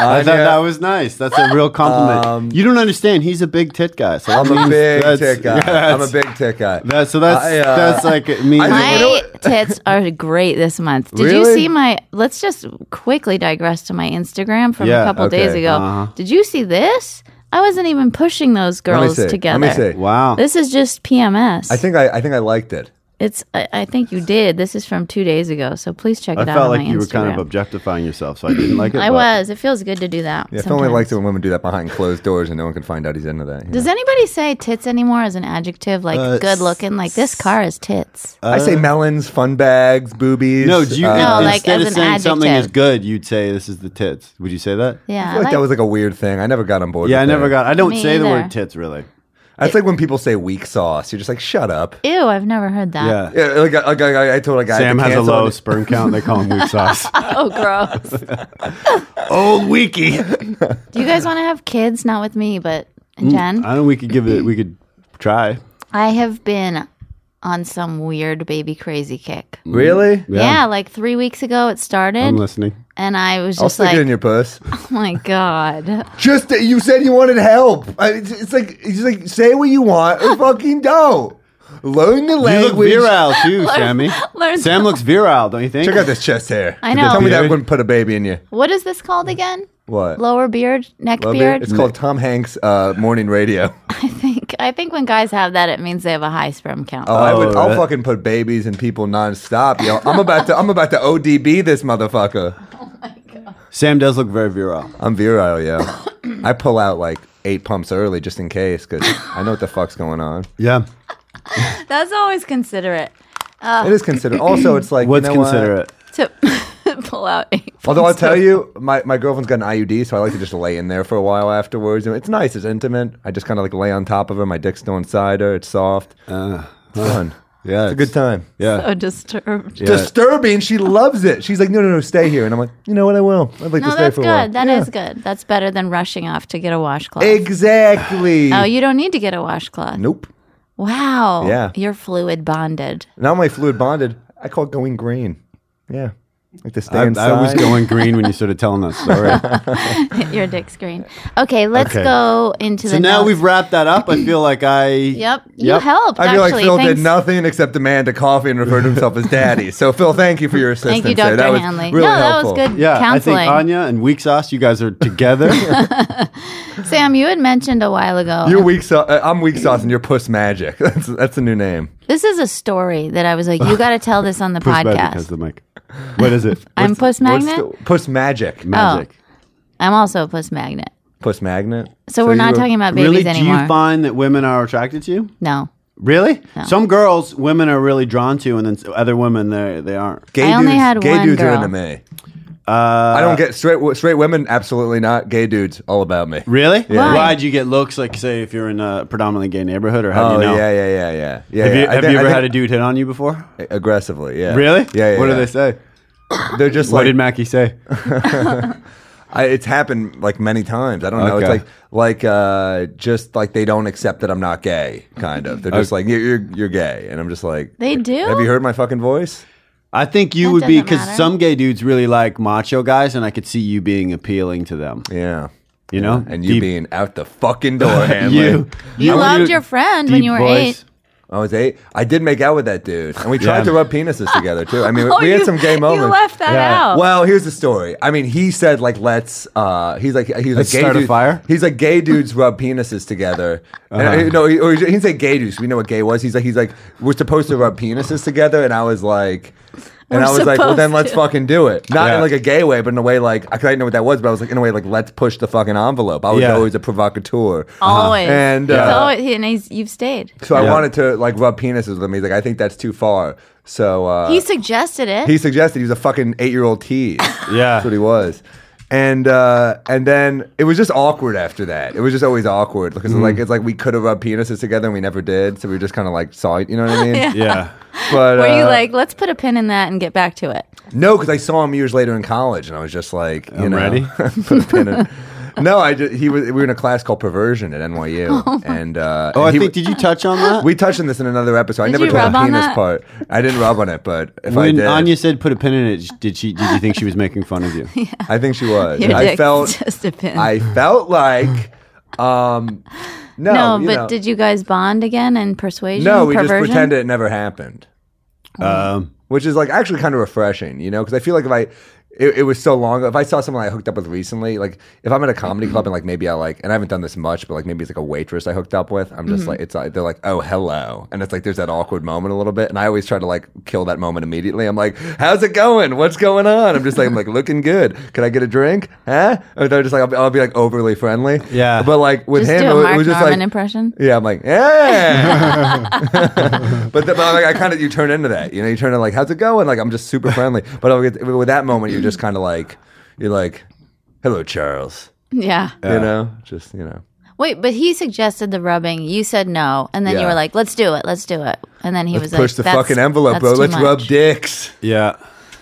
Speaker 6: I thought that was nice. That's a real compliment. you don't understand. He's a big tit guy. So that
Speaker 7: Um, I'm a
Speaker 6: means
Speaker 7: big
Speaker 6: that's-
Speaker 7: tick guy.
Speaker 6: yeah,
Speaker 7: I'm a
Speaker 6: that's-
Speaker 7: big tick guy.
Speaker 6: That, so that's
Speaker 7: I, uh,
Speaker 6: that's like it means.
Speaker 7: I- You know
Speaker 2: My
Speaker 7: what-
Speaker 2: tits are great this month. Did you
Speaker 7: Really?
Speaker 2: see my? Let's just quickly digress to my Instagram from
Speaker 6: Yeah,
Speaker 2: a couple days
Speaker 7: okay, Uh-huh.
Speaker 2: ago. Did you see this? I wasn't even pushing those
Speaker 7: Let me
Speaker 2: girls
Speaker 7: see.
Speaker 2: together.
Speaker 7: Let me see.
Speaker 6: wow.
Speaker 2: This is just PMS.
Speaker 7: I think I, I think I liked it.
Speaker 2: it's. I, I think you did. This is from two days ago. So please check
Speaker 6: I
Speaker 2: it out on
Speaker 6: felt like
Speaker 2: my
Speaker 6: you were kind of
Speaker 2: Instagram.
Speaker 6: objectifying yourself, so I didn't like it.
Speaker 2: I
Speaker 6: but-
Speaker 2: was. It feels good to do that.
Speaker 7: Yeah, Phil only
Speaker 2: sometimes.
Speaker 7: likes it when women do that behind closed doors and no one can find out he's into that. you
Speaker 2: Does
Speaker 7: know.
Speaker 2: anybody say tits anymore as an adjective? Like
Speaker 6: Uh,
Speaker 2: good looking. Like this car is tits.
Speaker 7: I say melons, fun bags, boobies.
Speaker 6: No, do you,
Speaker 7: uh,
Speaker 2: No,
Speaker 6: in-
Speaker 2: like,
Speaker 6: instead
Speaker 2: as
Speaker 6: of
Speaker 2: an
Speaker 6: saying something is
Speaker 2: adjective.
Speaker 6: good, you'd say this is the tits. Would you say that?
Speaker 2: yeah.
Speaker 7: I feel like that was like a weird thing. I never got on board.
Speaker 6: Yeah, I
Speaker 7: with
Speaker 6: never
Speaker 7: that.
Speaker 6: got. I don't
Speaker 2: Me
Speaker 6: say the
Speaker 2: either.
Speaker 6: word tits really.
Speaker 7: That's like when people say weak sauce. You're just like, shut up.
Speaker 2: Ew, I've never heard that.
Speaker 6: Yeah.
Speaker 7: Yeah, like, I- like, I I told a guy. at
Speaker 6: Sam
Speaker 7: the
Speaker 6: has a
Speaker 7: cancel-
Speaker 6: low sperm count. They call him weak sauce.
Speaker 2: Oh, gross.
Speaker 7: Oh,
Speaker 6: Old weaky.
Speaker 2: Do you guys
Speaker 7: Uh-huh.
Speaker 2: want to have kids? Not with me, but
Speaker 7: Mm,
Speaker 2: and Jen.
Speaker 6: I don't. We could give it. We could try.
Speaker 2: I have been on some weird baby crazy kick.
Speaker 7: Really?
Speaker 2: Yeah, like three weeks ago it
Speaker 6: I'm
Speaker 2: started,
Speaker 6: listening.
Speaker 2: and I was
Speaker 7: I'll
Speaker 2: just
Speaker 7: stick
Speaker 2: like,
Speaker 7: it in your puss.
Speaker 2: "Oh my god!"
Speaker 7: Just that you said you wanted help. I- It's, it's like it's like say what you want or fucking don't. Learn the
Speaker 6: You look
Speaker 7: language.
Speaker 6: virile too, Sammy.
Speaker 2: learn
Speaker 6: Sam
Speaker 2: some-
Speaker 6: looks virile, don't you think?
Speaker 7: Check out this chest hair.
Speaker 2: I know.
Speaker 7: Tell me that
Speaker 6: Beard?
Speaker 7: wouldn't put a baby in you.
Speaker 2: What is this called again?
Speaker 7: What?
Speaker 2: Lower beard, neck
Speaker 7: Love it?
Speaker 2: beard.
Speaker 7: It's called Tom Hanks uh, morning radio.
Speaker 2: I think I think when guys have that, it means they have a high sperm count.
Speaker 7: Oh, I would.
Speaker 6: that-
Speaker 7: I'll fucking put babies and people nonstop. Yo, I'm about to. I'm about to ODB this motherfucker.
Speaker 6: Sam does look very virile.
Speaker 7: I'm virile, yeah. I pull out like eight pumps early just in case because I know what the fuck's going on.
Speaker 6: Yeah.
Speaker 2: That's always considerate Uh.
Speaker 7: It is considered. Also, it's like
Speaker 6: What's
Speaker 7: you know what?
Speaker 6: considerate?
Speaker 2: to pull out. Eight
Speaker 7: Although I'll tell you, my, my girlfriend's got an IUD, so I like to just lay in there for a while afterwards. And it's nice, it's intimate. I just kind of like lay on top of her. My dick's still inside her. It's soft. it's fun.
Speaker 6: Uh, Yeah.
Speaker 7: It's a good time.
Speaker 6: Yeah.
Speaker 2: so disturbed.
Speaker 6: Yeah.
Speaker 7: Disturbing. She loves it. She's like, no, no, no, stay here. And I'm like, you know what? I will. I'd like to
Speaker 2: No,
Speaker 7: stay
Speaker 2: that's
Speaker 7: for
Speaker 2: good.
Speaker 7: a while.
Speaker 2: That is good. That's better than rushing off to get a washcloth.
Speaker 7: Exactly.
Speaker 2: Oh, you don't need to get a washcloth.
Speaker 7: nope.
Speaker 2: Wow.
Speaker 7: Yeah.
Speaker 2: You're fluid bonded.
Speaker 7: Not only fluid bonded, I call it going green. Yeah. Like to stay
Speaker 6: I,
Speaker 7: inside.
Speaker 6: I was going green when you started telling that story.
Speaker 2: Your dick's green. Okay, let's
Speaker 6: Okay.
Speaker 2: go into
Speaker 6: so
Speaker 2: the.
Speaker 6: now
Speaker 2: notes.
Speaker 6: we've wrapped that up. I feel like I.
Speaker 2: Yep. You helped.
Speaker 7: I feel
Speaker 2: actually.
Speaker 7: like Phil
Speaker 2: Thanks.
Speaker 7: did nothing except demand a coffee and referred to himself as daddy. So Phil, thank you for your assistance.
Speaker 2: Thank you, Dr.
Speaker 7: there. That was
Speaker 2: Hanley.
Speaker 7: really
Speaker 2: no,
Speaker 7: helpful.
Speaker 2: that was good
Speaker 6: Yeah,
Speaker 2: counseling.
Speaker 6: I think Anya and Weak Sauce, you guys are together.
Speaker 2: Sam, you had mentioned a while ago.
Speaker 7: You're weak sauce. I'm weak sauce, and you're puss magic. That's that's a new name.
Speaker 2: this is a story that I was like, you got to tell this on the
Speaker 6: Push back because
Speaker 2: podcast.
Speaker 6: of the mic. What is it?
Speaker 2: I'm oh, Puss Magnet.
Speaker 7: What's the- puss magic.
Speaker 6: Magic.
Speaker 2: I'm also a Puss Magnet.
Speaker 7: Puss magnet.
Speaker 2: So, we're not
Speaker 7: you-
Speaker 2: talking about babies
Speaker 6: Really? Do
Speaker 2: anymore.
Speaker 6: you find that women are attracted to you?
Speaker 2: no.
Speaker 6: Really? Some girls, women are really drawn to, and then s- other women, they they aren't.
Speaker 7: Gay
Speaker 2: I only
Speaker 7: dudes,
Speaker 2: had
Speaker 7: gay
Speaker 2: one
Speaker 7: dudes are
Speaker 2: girl.
Speaker 7: into me. Uh, I don't get straight wo- straight women. Absolutely not. Gay dudes, all about me.
Speaker 6: Really?
Speaker 2: Why?
Speaker 6: Why'd you get looks like, say, if you're in a predominantly gay neighborhood, or how do
Speaker 7: Oh
Speaker 6: you know?
Speaker 7: yeah, yeah, yeah, yeah. yeah
Speaker 6: Have you,
Speaker 7: yeah. I
Speaker 6: have
Speaker 7: thi-
Speaker 6: you
Speaker 7: I
Speaker 6: ever
Speaker 7: think-
Speaker 6: had a dude hit on you before?
Speaker 7: aggressively? Yeah.
Speaker 6: Really?
Speaker 7: Yeah. yeah
Speaker 6: what
Speaker 7: yeah.
Speaker 6: do they say?
Speaker 7: They're just
Speaker 6: what
Speaker 7: like
Speaker 6: did Mackie say?
Speaker 7: I, it's happened like many times. I don't know. It's
Speaker 6: Okay.
Speaker 7: like like uh, just like they don't accept that I'm not gay. Kind of. They're just like you're, you're you're gay, and I'm just like
Speaker 2: They do?
Speaker 7: Have you heard my fucking voice?
Speaker 6: I think you
Speaker 2: That
Speaker 6: would be
Speaker 2: doesn't
Speaker 6: because
Speaker 2: matter.
Speaker 6: some gay dudes really like macho guys, and I could see you being appealing to them.
Speaker 7: Yeah.
Speaker 6: You know,
Speaker 7: And you
Speaker 6: Deep-
Speaker 7: being out the fucking door, Hanley.
Speaker 6: you,
Speaker 2: You
Speaker 6: I want
Speaker 2: loved
Speaker 6: to-
Speaker 2: your friend when
Speaker 6: deep
Speaker 2: you were
Speaker 6: voice.
Speaker 2: eight.
Speaker 7: I was eight. I did make out with that dude, and we tried
Speaker 6: Yeah.
Speaker 7: to rub penises together too. I mean,
Speaker 2: Oh,
Speaker 7: we had
Speaker 2: you-
Speaker 7: some gay
Speaker 2: you
Speaker 7: moments.
Speaker 2: left that Yeah. out.
Speaker 7: Well, here's the story. I mean, he said like, "Let's." uh He's like, he's
Speaker 6: Let's
Speaker 7: like, gay
Speaker 6: start a
Speaker 7: dude-
Speaker 6: fire? Uh-huh.
Speaker 7: He's like, gay dudes rub penises together. And, uh, no, he, or he didn't say gay dudes. We know what gay was. He's like, he's like, we're supposed to rub penises together, and I was like. And
Speaker 2: We're
Speaker 7: I was like, well, then
Speaker 2: supposed
Speaker 7: let's
Speaker 2: to.
Speaker 7: fucking do it. Not
Speaker 6: Yeah.
Speaker 7: in like a gay way, but in a way like, I I didn't know what that was, but I was like, in a way like, let's push the fucking envelope. I was
Speaker 6: Yeah.
Speaker 7: always a provocateur.
Speaker 2: Always.
Speaker 6: uh-huh.
Speaker 7: And,
Speaker 2: It's
Speaker 7: uh,
Speaker 2: always- and he's, you've stayed.
Speaker 7: So I
Speaker 6: Yeah.
Speaker 7: wanted to like rub penises with him. He's like, I think that's too far. So uh,
Speaker 2: he suggested it.
Speaker 7: he suggested he was a fucking eight year old tease.
Speaker 6: Yeah.
Speaker 7: that's what he was. And uh, and then it was just awkward after that. It was just always awkward because it's like
Speaker 2: Mm.
Speaker 7: it's like we could have rubbed penises together and we never did. So we just kind of like saw it. You know what I mean? yeah.
Speaker 6: Yeah,
Speaker 7: But
Speaker 2: Were you
Speaker 7: uh,
Speaker 2: like, let's put a pin in that and get back to it?
Speaker 7: no? Because I saw him years later in college, and I was just like, you
Speaker 6: I'm
Speaker 7: know,
Speaker 6: ready.
Speaker 7: put a pin in- No, I just, he was. We were in a class called Perversion at NYU, and uh,
Speaker 6: Oh,
Speaker 7: and
Speaker 6: I
Speaker 7: he
Speaker 6: think.
Speaker 7: w-
Speaker 6: Did you touch on that?
Speaker 7: We touched on this in another episode. I
Speaker 2: Did
Speaker 7: never
Speaker 2: you
Speaker 7: told
Speaker 2: rub
Speaker 7: the
Speaker 2: on
Speaker 7: penis
Speaker 2: that?
Speaker 7: part. I didn't rub on it, but if I
Speaker 6: when
Speaker 7: did,
Speaker 6: Anya said put a pin in it, did she? Did you think she was making fun of you?
Speaker 7: I think she was.
Speaker 2: Your
Speaker 7: I
Speaker 2: dick's
Speaker 7: felt.
Speaker 2: just a pin.
Speaker 7: I felt like. Um, no,
Speaker 2: no,
Speaker 7: you
Speaker 2: but
Speaker 7: know,
Speaker 2: did you guys bond again in persuasion?
Speaker 7: No, we
Speaker 2: perversion? Oh.
Speaker 7: just pretended it never happened,
Speaker 6: Um,
Speaker 7: which is like actually kind of refreshing, you know, because I feel like if I. It, it was so long. ago. If I saw someone I hooked up with recently, like if I'm at a comedy club and like maybe I like, and I haven't done this much, but like maybe it's like a waitress I hooked up with, I'm just
Speaker 2: Mm-hmm.
Speaker 7: like, it's like, they're like, oh, hello. And it's like, there's that awkward moment a little bit. And I always try to like kill that moment immediately. I'm like, how's it going? What's going on? I'm just like, I'm like, looking good. Can I get a drink? Huh? Or they're just like, I'll be, I'll be like overly friendly.
Speaker 6: Yeah.
Speaker 7: But like with
Speaker 2: Just
Speaker 7: him,
Speaker 2: do a
Speaker 7: it was-
Speaker 2: Mark
Speaker 7: it was just
Speaker 2: Norman
Speaker 7: like,
Speaker 2: impression.
Speaker 7: yeah, I'm like, yeah. but the, but like, I kind of you turn into that, you know, you turn into like, how's it going? Like I'm just super friendly, but I'll get- with that moment, you're just kind of like, you're like, hello, Charles,
Speaker 2: Yeah.
Speaker 7: you know, just you know.
Speaker 2: Wait, but he suggested the rubbing. You said no, and then you
Speaker 7: Yeah.
Speaker 2: were like, "Let's do it. Let's do it." And then he was
Speaker 7: Let's push
Speaker 2: like,
Speaker 7: the
Speaker 2: "That's-
Speaker 7: fucking envelope,
Speaker 2: that's
Speaker 7: bro.
Speaker 2: too
Speaker 7: Let's
Speaker 2: much."
Speaker 7: rub dicks.
Speaker 6: Yeah.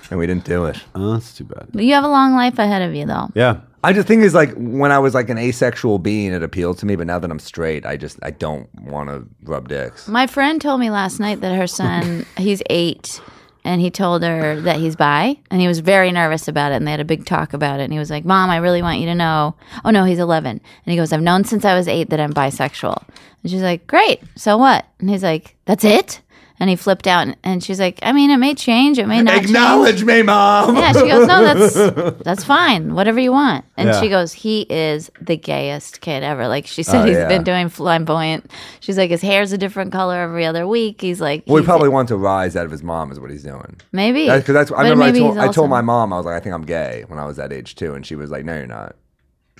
Speaker 7: And we didn't do it.
Speaker 6: Oh, that's too bad.
Speaker 2: You have a long life ahead of you, though.
Speaker 6: Yeah.
Speaker 7: I just think is like when I was like an asexual being, it appealed to me. But now that I'm straight, I just I don't want to rub dicks.
Speaker 2: My friend told me last night that her son, he's eight, and he told her that he's bi, and he was very nervous about it. And they had a big talk about it. And he was like, "Mom, I really want you to know." Oh no, he's eleven, and he goes, "I've known since I was eight that I'm bisexual." And she's like, "Great, so what?" And he's like, "That's it." And he flipped out, and- and she's like, "I mean, it may change. It may not change."
Speaker 7: Acknowledge me, mom.
Speaker 2: Yeah, she goes, no, that's that's fine, whatever you want. And
Speaker 6: Yeah.
Speaker 2: she goes, he is the gayest kid ever. Like she said,
Speaker 7: Oh,
Speaker 2: he's
Speaker 7: yeah.
Speaker 2: been doing flamboyant. She's like, his hair's a different color every other week. He's like,
Speaker 7: Well, he
Speaker 2: he's-
Speaker 7: probably wants a rise out of his mom, is what he's doing.
Speaker 2: maybe
Speaker 7: Because Uh, that's I
Speaker 2: But
Speaker 7: remember I
Speaker 2: maybe
Speaker 7: told,
Speaker 2: he's
Speaker 7: I told
Speaker 2: also-
Speaker 7: my mom I was like I think I'm gay when I was that age too, and she was like No, you're not.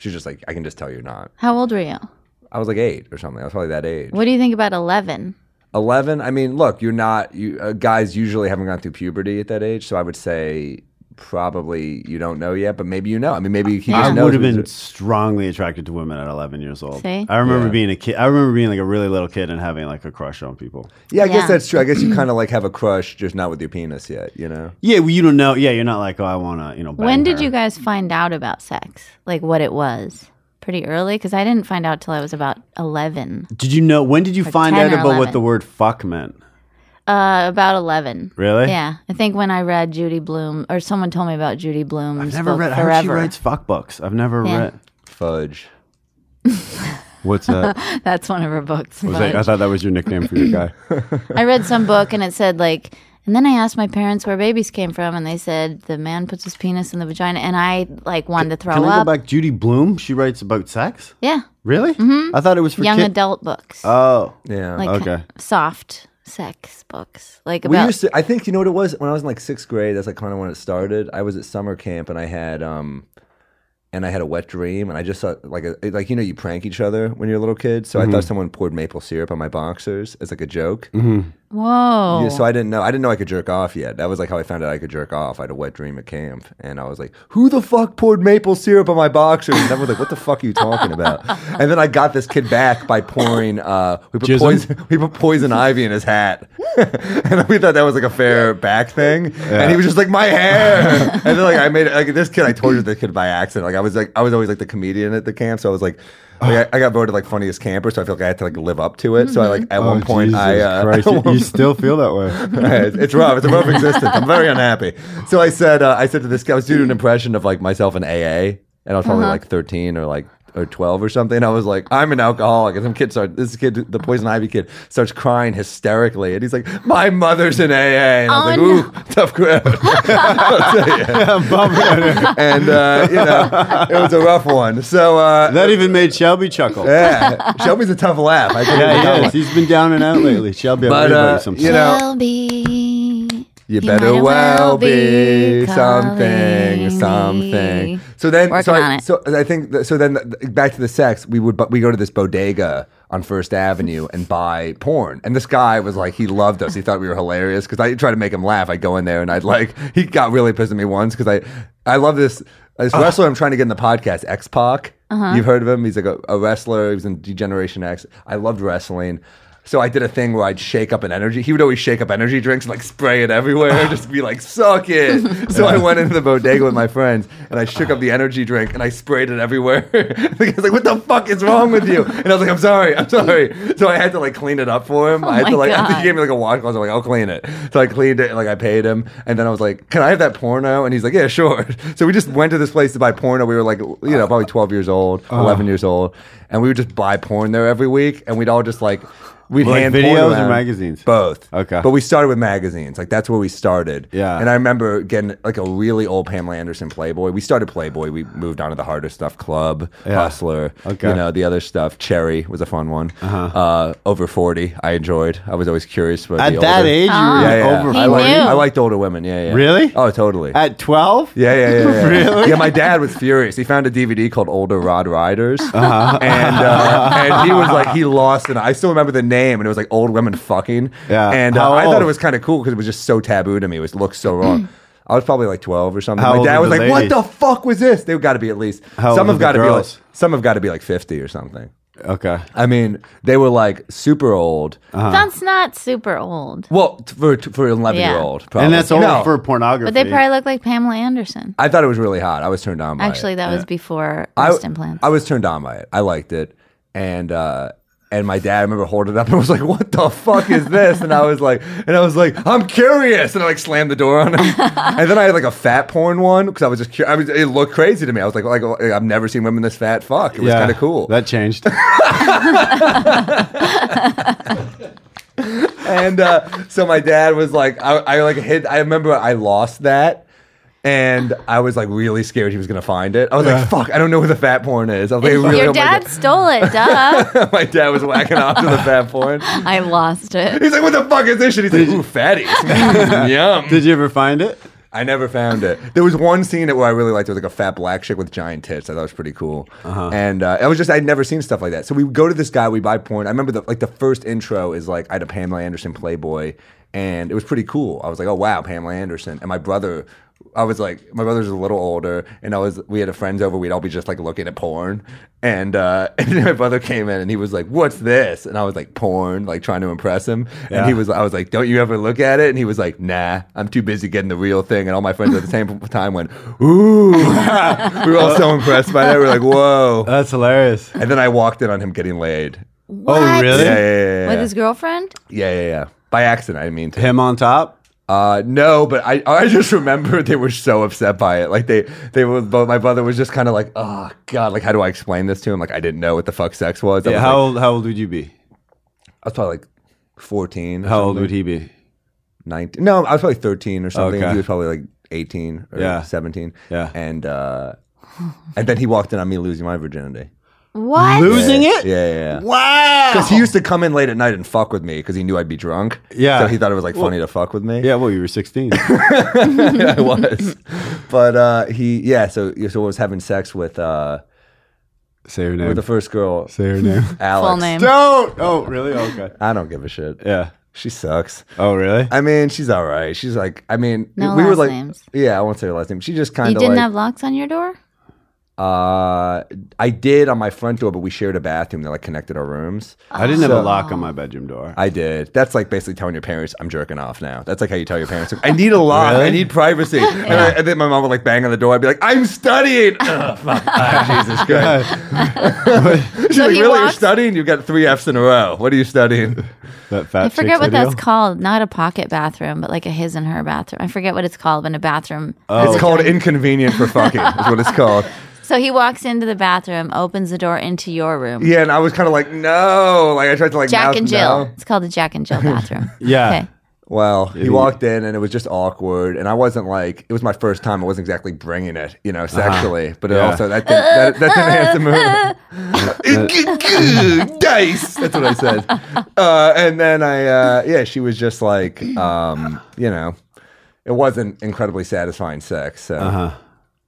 Speaker 7: She was just like I can just tell you're not.
Speaker 2: How old were you?
Speaker 7: I was like eight or something. I was probably that age.
Speaker 2: What do you think about eleven?
Speaker 7: Eleven. I mean, look, you're not. You uh, guys usually haven't gone through puberty at that age, so I would say probably you don't know yet, but maybe you know. I mean, maybe he
Speaker 6: I
Speaker 7: just knows.
Speaker 6: would have
Speaker 7: he's
Speaker 6: been
Speaker 7: a-
Speaker 6: strongly attracted to women at 11 years old.
Speaker 2: See?
Speaker 6: I remember
Speaker 7: Yeah.
Speaker 6: being a kid. I remember being like a really little kid and having like a crush on people.
Speaker 7: Yeah, I
Speaker 2: Yeah.
Speaker 7: guess that's true. I guess you kind of like have a crush, just not with your penis yet. You know.
Speaker 6: Yeah, well, you don't know. Yeah, you're not like, oh, I want to, you know. bang
Speaker 2: When did
Speaker 6: her.
Speaker 2: you guys find out about sex? Like what it was? Pretty early, because I didn't find out till I was about eleven.
Speaker 6: Did you know? When did you
Speaker 2: Like
Speaker 6: find
Speaker 2: 10
Speaker 6: out
Speaker 2: or
Speaker 6: about what
Speaker 2: 11.
Speaker 6: the word fuck meant?
Speaker 2: Uh, about eleven.
Speaker 6: Really?
Speaker 2: Yeah, I think when I read Judy Bloom, or someone told me about Judy Bloom.
Speaker 6: I've never read. I
Speaker 2: Forever.
Speaker 6: heard she writes fuck books. I've never
Speaker 2: Yeah.
Speaker 6: read.
Speaker 7: Fudge.
Speaker 6: What's that?
Speaker 2: That's one of her books.
Speaker 6: was that? I thought that was your nickname for your guy.
Speaker 2: I read some book and it said like, and then I asked my parents where babies came from, and they said the man puts his penis in the vagina, and I like wanted to throw
Speaker 6: Can I go
Speaker 2: up.
Speaker 6: back? Judy Bloom. She writes about sex.
Speaker 2: Yeah,
Speaker 6: Really? Mm-hmm. I thought it was for
Speaker 2: young
Speaker 6: kid-
Speaker 2: adult books,
Speaker 6: Oh,
Speaker 7: Yeah.
Speaker 2: like
Speaker 6: okay.
Speaker 2: soft sex books, like
Speaker 7: We
Speaker 2: about
Speaker 7: used to. I think you know what it was when I was in like sixth grade. That's like kind of when it started. I was at summer camp and I had um, and I had a wet dream and I just thought like a, like you know you prank each other when you're a little kid. So I thought someone poured maple syrup on my boxers as like a joke.
Speaker 2: whoa.
Speaker 7: Yeah, so I didn't know. I didn't know I could jerk off yet. That was like how I found out I could jerk off. I had a wet dream at camp, and I was like, "Who the fuck poured maple syrup on my boxers?" And everyone's like, "What the fuck are you talking about?" And then I got this kid back by pouring. Uh, we put
Speaker 6: Jism?
Speaker 7: poison. We put poison ivy in his hat, and we thought that was like a fair back thing. And he was just like, "My hair!" and then like I made like this kid. I tortured this kid by accident. Like I was like I was always like the comedian at the camp, so I was like. Like I, I got voted like funniest camper, so I feel like I had to like live up to it. So I like at one point I uh,
Speaker 6: Oh, Christ, you, you still feel that way.
Speaker 7: it's, it's rough. It's a rough existence. I'm very unhappy. So I said, uh, I said to this guy, I was doing an impression of like myself in AA, and I was probably like 13 or like or 12 or something. I was like, I'm an alcoholic, and some kid starts. This kid, the poison ivy kid, starts crying hysterically, and he's like, My mother's in AA, and I was
Speaker 2: Oh,
Speaker 7: like, Ooh, tough crowd. and uh, you know, it was a rough one. So uh,
Speaker 6: that even made Shelby chuckle. Yeah,
Speaker 7: yeah, Shelby's a tough laugh. I couldn't even tell.
Speaker 6: yes, he's been down and out lately. Shelby,
Speaker 7: But,
Speaker 6: I'm
Speaker 7: uh,
Speaker 6: uh, some
Speaker 7: you know-
Speaker 8: Well, be.
Speaker 7: You
Speaker 2: He
Speaker 7: better
Speaker 2: might as
Speaker 7: well
Speaker 2: well
Speaker 7: be
Speaker 2: be
Speaker 7: something,
Speaker 2: calling
Speaker 7: something.
Speaker 2: me.
Speaker 7: So then, so
Speaker 2: Working on
Speaker 7: I,
Speaker 2: it.
Speaker 7: so I think, th- so then th- back to the sex, we would, bu- we go to this bodega on First Avenue and buy porn. And this guy was like, he loved us. He thought we were hilarious because I tried to make him laugh. I'd go in there and I'd like, he got really pissed at me once because I, I love this, this wrestler I'm trying to get in the podcast, X Pac.
Speaker 2: Uh-huh.
Speaker 7: You've heard of him? He's like a, a wrestler. He was in Degeneration X. I loved wrestling. So I did a thing where I'd shake up an energy. He would always shake up energy drinks and like spray it everywhere, and just be like, "Suck it." so I went into the bodega with my friends and I shook up the energy drink and I sprayed it everywhere. the guy's like, "What the fuck is wrong with you?" And I was like, "I'm sorry, I'm sorry." So I had to like clean it up for him. I
Speaker 2: Oh
Speaker 7: had
Speaker 2: my
Speaker 7: to like
Speaker 2: God.
Speaker 7: he gave me like a washcloth. I was like, "I'll clean it." So I cleaned it. Like I paid him, and then I was like, "Can I have that porno?" And he's like, "Yeah, sure." So we just went to this place to buy porno. We were like, you know, probably 12 years old,
Speaker 6: Oh.
Speaker 7: 11 years old, and we would just buy porn there every week, and we'd all just like. We'd
Speaker 6: Like
Speaker 7: hand
Speaker 6: videos
Speaker 7: porn
Speaker 6: or
Speaker 7: around.
Speaker 6: magazines?
Speaker 7: Both.
Speaker 6: Okay.
Speaker 7: But we started with magazines. Like that's where we started.
Speaker 6: Yeah.
Speaker 7: And I remember getting like a really old Pamela Anderson Playboy. We started Playboy. We moved on to the harder stuff, Club,
Speaker 6: Yeah.
Speaker 7: Hustler.
Speaker 6: Okay.
Speaker 7: You know the other stuff. Cherry was a fun one. Uh-huh. Uh, over forty, I enjoyed. I was always curious about
Speaker 6: at
Speaker 7: the
Speaker 6: that
Speaker 7: older-
Speaker 6: age, you were
Speaker 7: Yeah, yeah.
Speaker 6: over.
Speaker 2: He
Speaker 7: I, liked,
Speaker 2: knew.
Speaker 7: I liked older women. Yeah, yeah.
Speaker 6: Really?
Speaker 7: Oh, totally.
Speaker 6: At 12?
Speaker 7: Yeah, yeah, yeah. yeah. really? Yeah, my dad was furious. He found a DVD called Older Rod Riders,
Speaker 6: Uh-huh.
Speaker 7: and uh, and he was like, he lost it. I still remember the name, and it was like old women fucking.
Speaker 6: Yeah.
Speaker 7: and uh,
Speaker 6: How
Speaker 7: I thought
Speaker 6: old?
Speaker 7: it was kind of cool because it was just so taboo to me. It was looked so
Speaker 2: Mm.
Speaker 7: wrong. I was probably like twelve or something.
Speaker 6: How
Speaker 7: my
Speaker 6: old
Speaker 7: dad
Speaker 6: were
Speaker 7: was
Speaker 6: the
Speaker 7: like, "What
Speaker 6: ladies?
Speaker 7: the fuck was this?" They've got to be at least
Speaker 6: How old
Speaker 7: some
Speaker 6: were
Speaker 7: have
Speaker 6: the
Speaker 7: got to be like
Speaker 6: girls?
Speaker 7: some have got to be like fifty or something.
Speaker 6: Okay.
Speaker 7: I mean, they were like super old.
Speaker 6: Uh-huh.
Speaker 7: uh-huh.
Speaker 2: That's not super old,
Speaker 7: Well, t- for t- for an eleven
Speaker 2: Yeah.
Speaker 7: year old, probably.
Speaker 6: And that's all
Speaker 7: No,
Speaker 6: for pornography.
Speaker 2: but they probably look like Pamela Anderson.
Speaker 7: I thought it was really hot. I was turned on. By
Speaker 2: Actually,
Speaker 7: it.
Speaker 2: that was before
Speaker 7: I-
Speaker 2: breast implants.
Speaker 7: I was turned on by it. I liked it, and uh, and my dad, I remember holding it up and was like, "What the fuck is this?" And I was like, and I was like, "I'm curious," and I like slammed the door on him. and then I had like a fat porn one because I was just, cur- I was, it looked crazy to me. I was like, like I've never seen women this fat. Fuck, it was kind of cool.
Speaker 6: That changed.
Speaker 7: and uh, so my dad was like, I, I like hit. I remember I lost that. And I was like really scared he was gonna find it. I was like, "Fuck! I don't know where the fat porn is." I was like, really
Speaker 2: Your
Speaker 7: hope my
Speaker 2: dad stole it, duh.
Speaker 7: dad- my dad was whacking off to the fat porn.
Speaker 2: I lost it.
Speaker 7: He's like, what the fuck is this? And he's like, ooh, fatties. Mm, Yum.
Speaker 6: Did you ever find it?
Speaker 7: I never found it. There was one scene that where I really liked. There was like a fat black chick with giant tits. I thought it was pretty cool. And uh, I was just, I'd never seen stuff like that. So we would go to this guy, we buy porn. I remember the, like the first intro is like, I had a Pamela Anderson Playboy. And it was pretty cool. I was like, oh, wow, Pamela Anderson. And my brother, I was like, my brother's a little older. And I was, we had a friends over. We'd all be just like looking at porn. And, uh, and then my brother came in and he was like, what's this? And I was like, porn, like trying to impress him. And he was, I was like, don't you ever look at it? And he was like, nah, I'm too busy getting the real thing. And all my friends at the same time went, ooh. we were all so impressed by that. We were like, whoa.
Speaker 6: That's hilarious.
Speaker 7: And then I walked in on him getting laid.
Speaker 2: What?
Speaker 6: Oh,
Speaker 7: Yeah,
Speaker 6: really?
Speaker 7: yeah, yeah.
Speaker 2: With
Speaker 7: Yeah,
Speaker 2: his girlfriend?
Speaker 7: yeah, yeah, yeah. By accident, I mean.
Speaker 6: Him on top?
Speaker 7: Uh, no, but I I just remember they were so upset by it. Like they they were both. My brother was just kind of like, oh god, like how do I explain this to him? Like I didn't know what the fuck sex was. I,
Speaker 6: Yeah,
Speaker 7: was,
Speaker 6: how
Speaker 7: like,
Speaker 6: old? How old would you be?
Speaker 7: I was probably like fourteen. or
Speaker 6: How old
Speaker 7: something.
Speaker 6: would he be?
Speaker 7: Nineteen? No, I was probably thirteen or something.
Speaker 6: Okay.
Speaker 7: He was probably like eighteen or
Speaker 6: Yeah.
Speaker 7: seventeen.
Speaker 6: Yeah.
Speaker 7: and uh, and then he walked in on me losing my virginity.
Speaker 2: What?
Speaker 6: Losing
Speaker 7: yeah.
Speaker 6: it?
Speaker 7: Yeah, yeah.
Speaker 6: Wow.
Speaker 7: Because he used to come in late at night and fuck with me because he knew I'd be drunk.
Speaker 6: Yeah.
Speaker 7: so he thought it was like funny to fuck with me.
Speaker 6: Yeah, well, you were 16.
Speaker 7: Yeah, I was. but uh, he, yeah, so so I was having sex with uh,
Speaker 6: Say her name.
Speaker 7: with the first girl,
Speaker 6: Say her name.
Speaker 7: Alex.
Speaker 2: Full name.
Speaker 6: Don't. Oh, really? Okay.
Speaker 7: I don't give a shit.
Speaker 6: Yeah.
Speaker 7: She sucks.
Speaker 6: Oh, really?
Speaker 7: I mean, she's all right. She's like, I mean,
Speaker 2: No
Speaker 7: we were
Speaker 2: last
Speaker 7: like,
Speaker 2: names.
Speaker 7: yeah, I won't say her last name. She just
Speaker 2: You
Speaker 7: kind of
Speaker 2: didn't
Speaker 7: like,
Speaker 2: have locks on your door?
Speaker 7: uh, I did on my front door, but we shared a bathroom that like connected our rooms.
Speaker 6: I didn't have a lock on my bedroom door.
Speaker 7: I did. That's like basically telling your parents, I'm jerking off now. That's like how you tell your parents, I need a lock. I need privacy. And, I, and then my mom would like bang on the door. I'd be like, I'm studying. Ugh, fuck. Ah, Jesus Christ. She's
Speaker 2: So
Speaker 7: like,
Speaker 2: he
Speaker 7: really? You're
Speaker 2: walks-
Speaker 7: studying? You've got three F's in a row. What are you studying?
Speaker 6: that fat
Speaker 2: I forget
Speaker 6: chick's
Speaker 2: what
Speaker 6: video?
Speaker 2: that's called. Not a pocket bathroom, but like a his and her bathroom. I forget what it's called, but a bathroom.
Speaker 6: Oh.
Speaker 7: It's called inconvenient for fucking, is what it's called.
Speaker 2: So he walks into the bathroom, opens the door into your room.
Speaker 7: Yeah, and I was kind of like, no. Like, I tried to like
Speaker 2: Jack
Speaker 7: mouth
Speaker 2: and Jill.
Speaker 7: no.
Speaker 2: It's called the Jack and Jill bathroom.
Speaker 6: Yeah.
Speaker 2: Okay.
Speaker 7: Well, he walked in and it was just awkward, and I wasn't like it was my first time. I wasn't exactly bringing it, you know, sexually, but it
Speaker 6: Yeah.
Speaker 7: also that didn't, that, that didn't have to move. Dice. That's what I said. Uh, and then I, uh, yeah, she was just like, um, you know, it wasn't incredibly satisfying sex. So.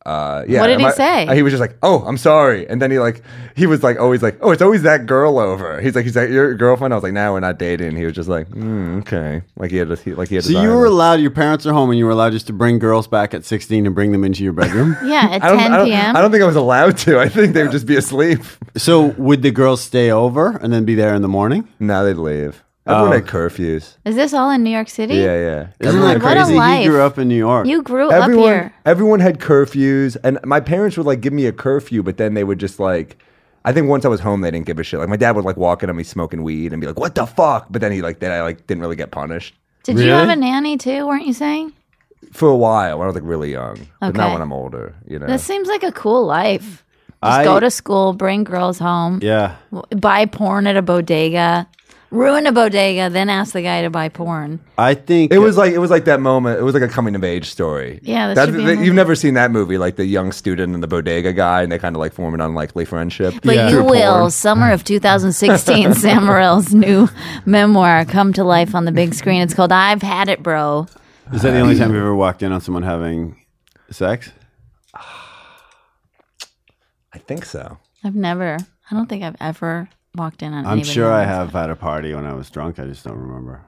Speaker 7: uh yeah.
Speaker 2: What did
Speaker 7: and
Speaker 2: he
Speaker 7: my-
Speaker 2: say?
Speaker 7: He was just like, "Oh, I'm sorry," and then he like, he was like, always like, "Oh, it's always that girl over." He's like, "He's like your girlfriend." I was like, "Now we're not dating." He was just like, mm, "Okay," like he had, a, he, like he had.
Speaker 6: So you
Speaker 7: desire.
Speaker 6: were allowed, your parents are home, and you were allowed just to bring girls back at 16 and bring them into your bedroom?
Speaker 2: Yeah, at
Speaker 7: I don't, I
Speaker 2: 10
Speaker 7: don't-
Speaker 2: p.m.
Speaker 7: I don't think I was allowed to. I think they would just be asleep.
Speaker 6: so would the girls stay over and then be there in the morning?
Speaker 7: No, they'd leave. Everyone
Speaker 6: Oh.
Speaker 7: had curfews.
Speaker 2: Is this all in New York City?
Speaker 7: Yeah, yeah.
Speaker 6: Isn't
Speaker 7: Everyone
Speaker 6: that
Speaker 7: had
Speaker 2: What a
Speaker 6: crazy?
Speaker 2: life.
Speaker 6: He grew up in New York.
Speaker 2: You grew
Speaker 7: everyone,
Speaker 2: up here.
Speaker 7: Everyone had curfews, and my parents would like give me a curfew, but then they would just like. I think once I was home, they didn't give a shit. Like my dad would like walk in on me smoking weed and be like, "What the fuck?" But then he like then I like didn't really get punished
Speaker 2: Did you have a nanny too? Weren't you saying?
Speaker 7: for a while when I was like really young, but not
Speaker 2: Okay.
Speaker 7: when I'm older. You know,
Speaker 2: This seems like a cool life. Just
Speaker 6: I-
Speaker 2: go to school, bring girls home,
Speaker 6: yeah.
Speaker 2: w- buy porn at a bodega, ruin a bodega, then ask the guy to buy porn.
Speaker 6: I think
Speaker 7: it was like it was like that moment. It was like a coming of age story.
Speaker 2: Yeah, that
Speaker 7: That's-
Speaker 2: should be a
Speaker 7: that-
Speaker 2: movie.
Speaker 7: you've never seen that movie, like the young student and the bodega guy, and they kind of like form an unlikely friendship.
Speaker 2: But
Speaker 6: Yeah.
Speaker 2: you
Speaker 6: Through
Speaker 2: will, summer of 2016, Sam Morril's new memoir come to life on the big screen. It's called I've Had It, Bro.
Speaker 6: Is that the only time you ever walked in on someone having sex?
Speaker 7: I think so.
Speaker 2: I've never, I don't think I've ever walked in on
Speaker 6: I'm
Speaker 2: anybody
Speaker 6: sure I
Speaker 2: else.
Speaker 6: have had a party when I was drunk. I just don't remember.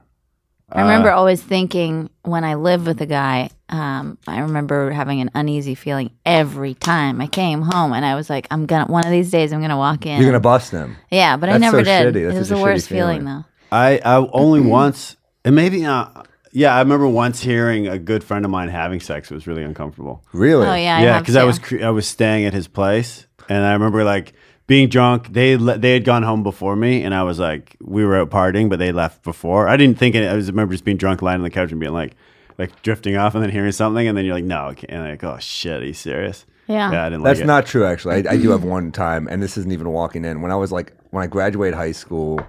Speaker 2: I
Speaker 7: Uh,
Speaker 2: remember always thinking when I lived with a guy, um, I remember having an uneasy feeling every time I came home, and I was like, "I'm gonna one of these days, I'm gonna walk in."
Speaker 7: You're gonna bust them.
Speaker 2: yeah, but I
Speaker 7: That's
Speaker 2: never
Speaker 7: so
Speaker 2: did.
Speaker 7: shitty. That's
Speaker 2: It was
Speaker 7: such
Speaker 2: the
Speaker 7: a shitty
Speaker 2: worst feeling,
Speaker 7: feeling.
Speaker 2: though.
Speaker 6: I, I only
Speaker 7: Mm-hmm.
Speaker 6: once, and maybe not. Yeah, I remember once hearing a good friend of mine having sex. It was really uncomfortable.
Speaker 7: Really?
Speaker 2: Oh yeah, I
Speaker 6: yeah,
Speaker 2: have
Speaker 6: because I
Speaker 2: too.
Speaker 6: was cre- I was staying at his place, and I remember like being drunk. They le- they had gone home before me, and I was like, we were out partying, but they left before. I didn't think it. I was I remember just being drunk, lying on the couch, and being like, like drifting off, and then hearing something, and then you're like, no, I can't. And like, oh shit, are you serious?
Speaker 2: Yeah.
Speaker 6: yeah, I didn't.
Speaker 7: That's
Speaker 6: like it.
Speaker 7: not true, actually. I, I do have one time, and this isn't even walking in. When I was like, when I graduated high school,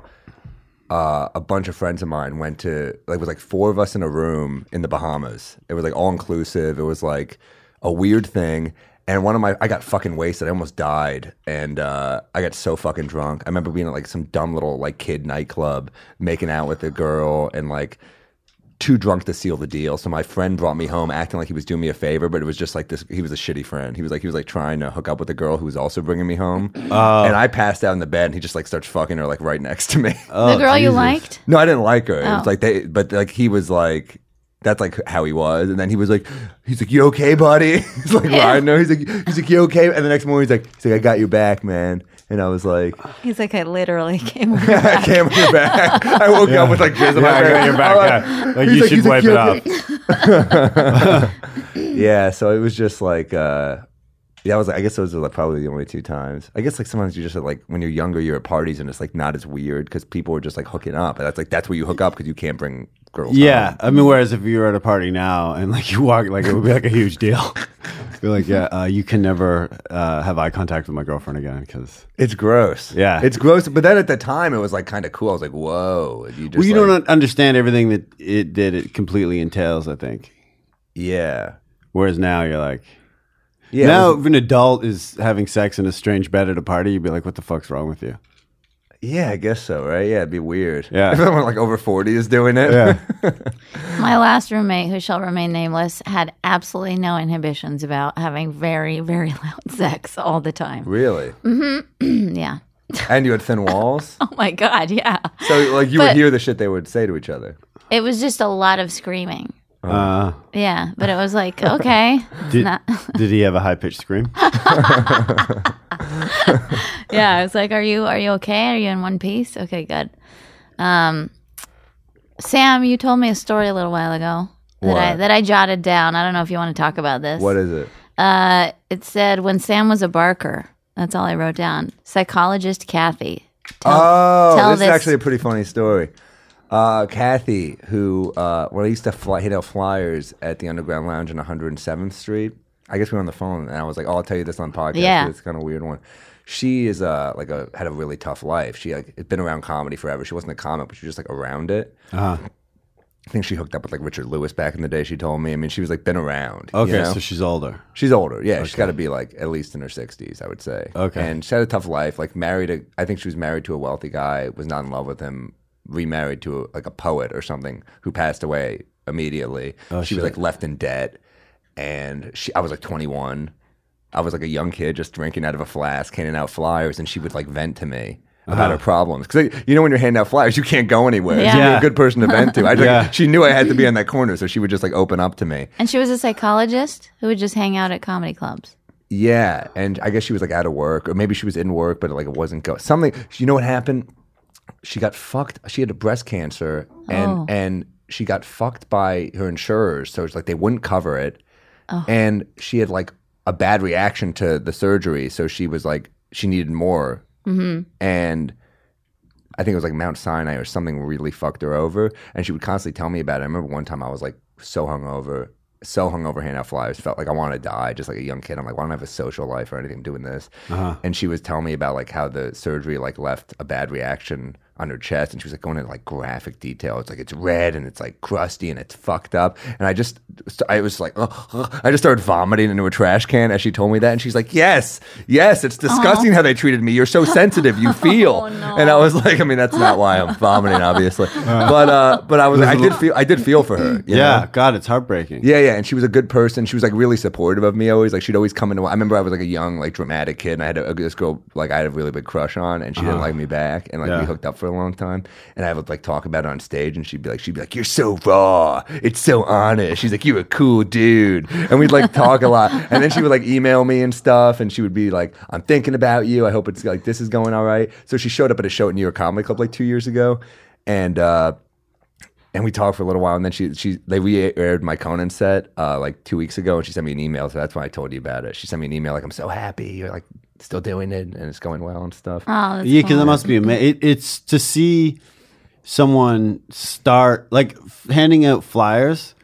Speaker 7: uh, a bunch of friends of mine went to like it was like four of us in a room in the Bahamas. It was like all inclusive. It was like a weird thing. And one of my, I got fucking wasted. I almost died, and uh, I got so fucking drunk. I remember being at like some dumb little like kid nightclub, making out with a girl, and like too drunk to seal the deal. So my friend brought me home acting like he was doing me a favor, but it was just like this. He was a shitty friend. He was like he was like trying to hook up with a girl who was also bringing me home,
Speaker 6: Oh.
Speaker 7: and I passed out in the bed, and he just like starts fucking her like right next to me.
Speaker 2: the girl you liked.
Speaker 7: No, I didn't like her. It was
Speaker 2: Oh.
Speaker 7: like they, but like he was like, that's like how he was. And then he was like, he's like, you okay, buddy? he's like, I know. He's like, he's like, you okay? And the next morning, he's like, he's like, I got your back, man. And I was like,
Speaker 2: He's like, I literally came.
Speaker 7: I came on your back. I woke up with like jizz on
Speaker 6: Yeah,
Speaker 7: my
Speaker 6: I got your back.
Speaker 7: back.
Speaker 6: yeah.
Speaker 7: I'm
Speaker 6: Like you
Speaker 7: he's like-
Speaker 6: should
Speaker 7: he's
Speaker 6: wipe
Speaker 7: like, "You
Speaker 6: it
Speaker 7: okay?"
Speaker 6: off.
Speaker 7: yeah. So it was just like, uh, yeah, I was. like- I guess those are like probably the only two times. I guess like sometimes you just like when you're younger, you're at parties and it's like not as weird because people are just like hooking up, and that's like that's where you hook up because you can't bring girls.
Speaker 6: Yeah,
Speaker 7: home.
Speaker 6: I mean, whereas if you were at a party now and like you walk, like it would be like a huge deal. Be like, yeah, uh, you can never uh, have eye contact with my girlfriend again because
Speaker 7: It's gross.
Speaker 6: Yeah.
Speaker 7: It's gross. But then at the time, it was like kind of cool. I was like, whoa. You just
Speaker 6: well, you
Speaker 7: like-
Speaker 6: don't understand everything that it that it completely entails. I think.
Speaker 7: Yeah.
Speaker 6: Whereas now you're like,
Speaker 7: Yeah. it
Speaker 6: now
Speaker 7: was-
Speaker 6: if an adult is having sex in a strange bed at a party, you'd be like, what the fuck's wrong with you?
Speaker 7: yeah, I guess so, right? Yeah, it'd be weird.
Speaker 6: Yeah.
Speaker 7: If someone like over 40 is doing it.
Speaker 2: My last roommate, who shall remain nameless, had absolutely no inhibitions about having very, very loud sex all the time.
Speaker 7: really?
Speaker 2: Yeah.
Speaker 7: And you had thin walls?
Speaker 2: Oh my God. Yeah.
Speaker 7: So like you would
Speaker 2: But-
Speaker 7: hear the shit they would say to each other.
Speaker 2: It was just a lot of screaming.
Speaker 6: Uh,
Speaker 2: Yeah. But it was like, okay. it's
Speaker 6: did,
Speaker 2: not-
Speaker 6: did he have a high pitched scream?
Speaker 2: yeah. I was like, are you, are you okay? Are you in one piece? Okay. Good. Um, Sam, you told me a story a little while ago that I,
Speaker 7: What?
Speaker 2: that I jotted down. I don't know if you want to talk about this.
Speaker 7: What is it?
Speaker 2: Uh, it said when Sam was a barker. That's all I wrote down. Psychologist Kathy.
Speaker 7: oh,
Speaker 2: tell
Speaker 7: this,
Speaker 2: this-
Speaker 7: is actually a pretty funny story. Uh, Kathy, who uh, when I used to fly, hit out flyers at the Underground Lounge on 107th Street. I guess we were on the phone, and I was like, "Oh, I'll tell you this on podcast.
Speaker 2: Yeah.
Speaker 7: it's kind of a weird one." She is uh, like a had a really tough life. She like had been around comedy forever. She wasn't a comic, but she was just like around it.
Speaker 6: Uh-huh.
Speaker 7: I think she hooked up with like Richard Lewis back in the day. She told me. I mean, she was like been around. you
Speaker 6: Okay,
Speaker 7: know?
Speaker 6: so she's older.
Speaker 7: She's older. Yeah, she's got to be like at least in her 60s, I would say.
Speaker 6: Okay.
Speaker 7: And she had a tough life. Like married a I think she was married to a wealthy guy, was not in love with him, remarried to a, like a poet or something who passed away immediately.
Speaker 6: Oh,
Speaker 7: she was like left in debt and she I was like 21. I was like a young kid just drinking out of a flask, handing out flyers and she would like vent to me.
Speaker 6: Uh-huh.
Speaker 7: About her problems, because you know when you're handing out flyers, you can't go anywhere.
Speaker 2: Yeah.
Speaker 7: She'd be
Speaker 6: Yeah.
Speaker 7: a good person to vent to. I like,
Speaker 6: Yeah.
Speaker 7: She knew I had to be in that corner, so she would just like open up to me.
Speaker 2: And she was a psychologist who would just hang out at comedy clubs.
Speaker 7: Yeah, and I guess she was like out of work, or maybe she was in work, but like it wasn't go. Something. You know what happened? She got fucked. She had breast cancer, and
Speaker 2: Oh.
Speaker 7: and she got fucked by her insurers. So it's like they wouldn't cover it, and she had like a bad reaction to the surgery. So she was like she needed more, mm-hmm. and. I think it was like Mount Sinai or something really fucked her over. And she would constantly tell me about it. I remember one time I was like so hungover, so hungover, hand out flyers, felt like I want to die, just like a young kid. I'm like, well, I don't have a social life or anything doing this. And she was telling me about like how the surgery like left a bad reaction on her chest. And she was like going into like graphic detail. It's like it's red and it's like crusty and it's fucked up. And I just, I was like, I just started vomiting into a trash can as she told me that. And she's like, yes, yes, it's disgusting how they treated me. You're so sensitive. You feel. And I was like, I mean, that's not why I'm vomiting, obviously. but, uh, but I was, I did feel, I did feel for her. you
Speaker 6: yeah,
Speaker 7: know?
Speaker 6: God, it's heartbreaking.
Speaker 7: Yeah, yeah, and she was a good person. She was like really supportive of me always. Like she'd always come into. I remember I was like a young, like dramatic kid, and I had a, this girl like I had a really big crush on, and she didn't like me back, and like
Speaker 6: Yeah.
Speaker 7: we hooked up for long time, and I would like talk about it on stage, and she'd be like, she'd be like, "You're so raw, it's so honest." She's like, "You're a cool dude," and we'd like talk a lot, and then she would like email me and stuff, and she would be like, "I'm thinking about you. I hope it's like this is going all right." So she showed up at a show at New York Comedy Club like two years ago, and uh, and we talked for a little while, and then she she they re-aired my Conan set uh, like two weeks ago, and she sent me an email. So that's when I told you about it. She sent me an email like, "I'm so happy, you're like still doing it, and it's going well and stuff."
Speaker 2: Oh, that's
Speaker 6: Yeah, because that must be amazing. It, it's to see someone start like f- handing out flyers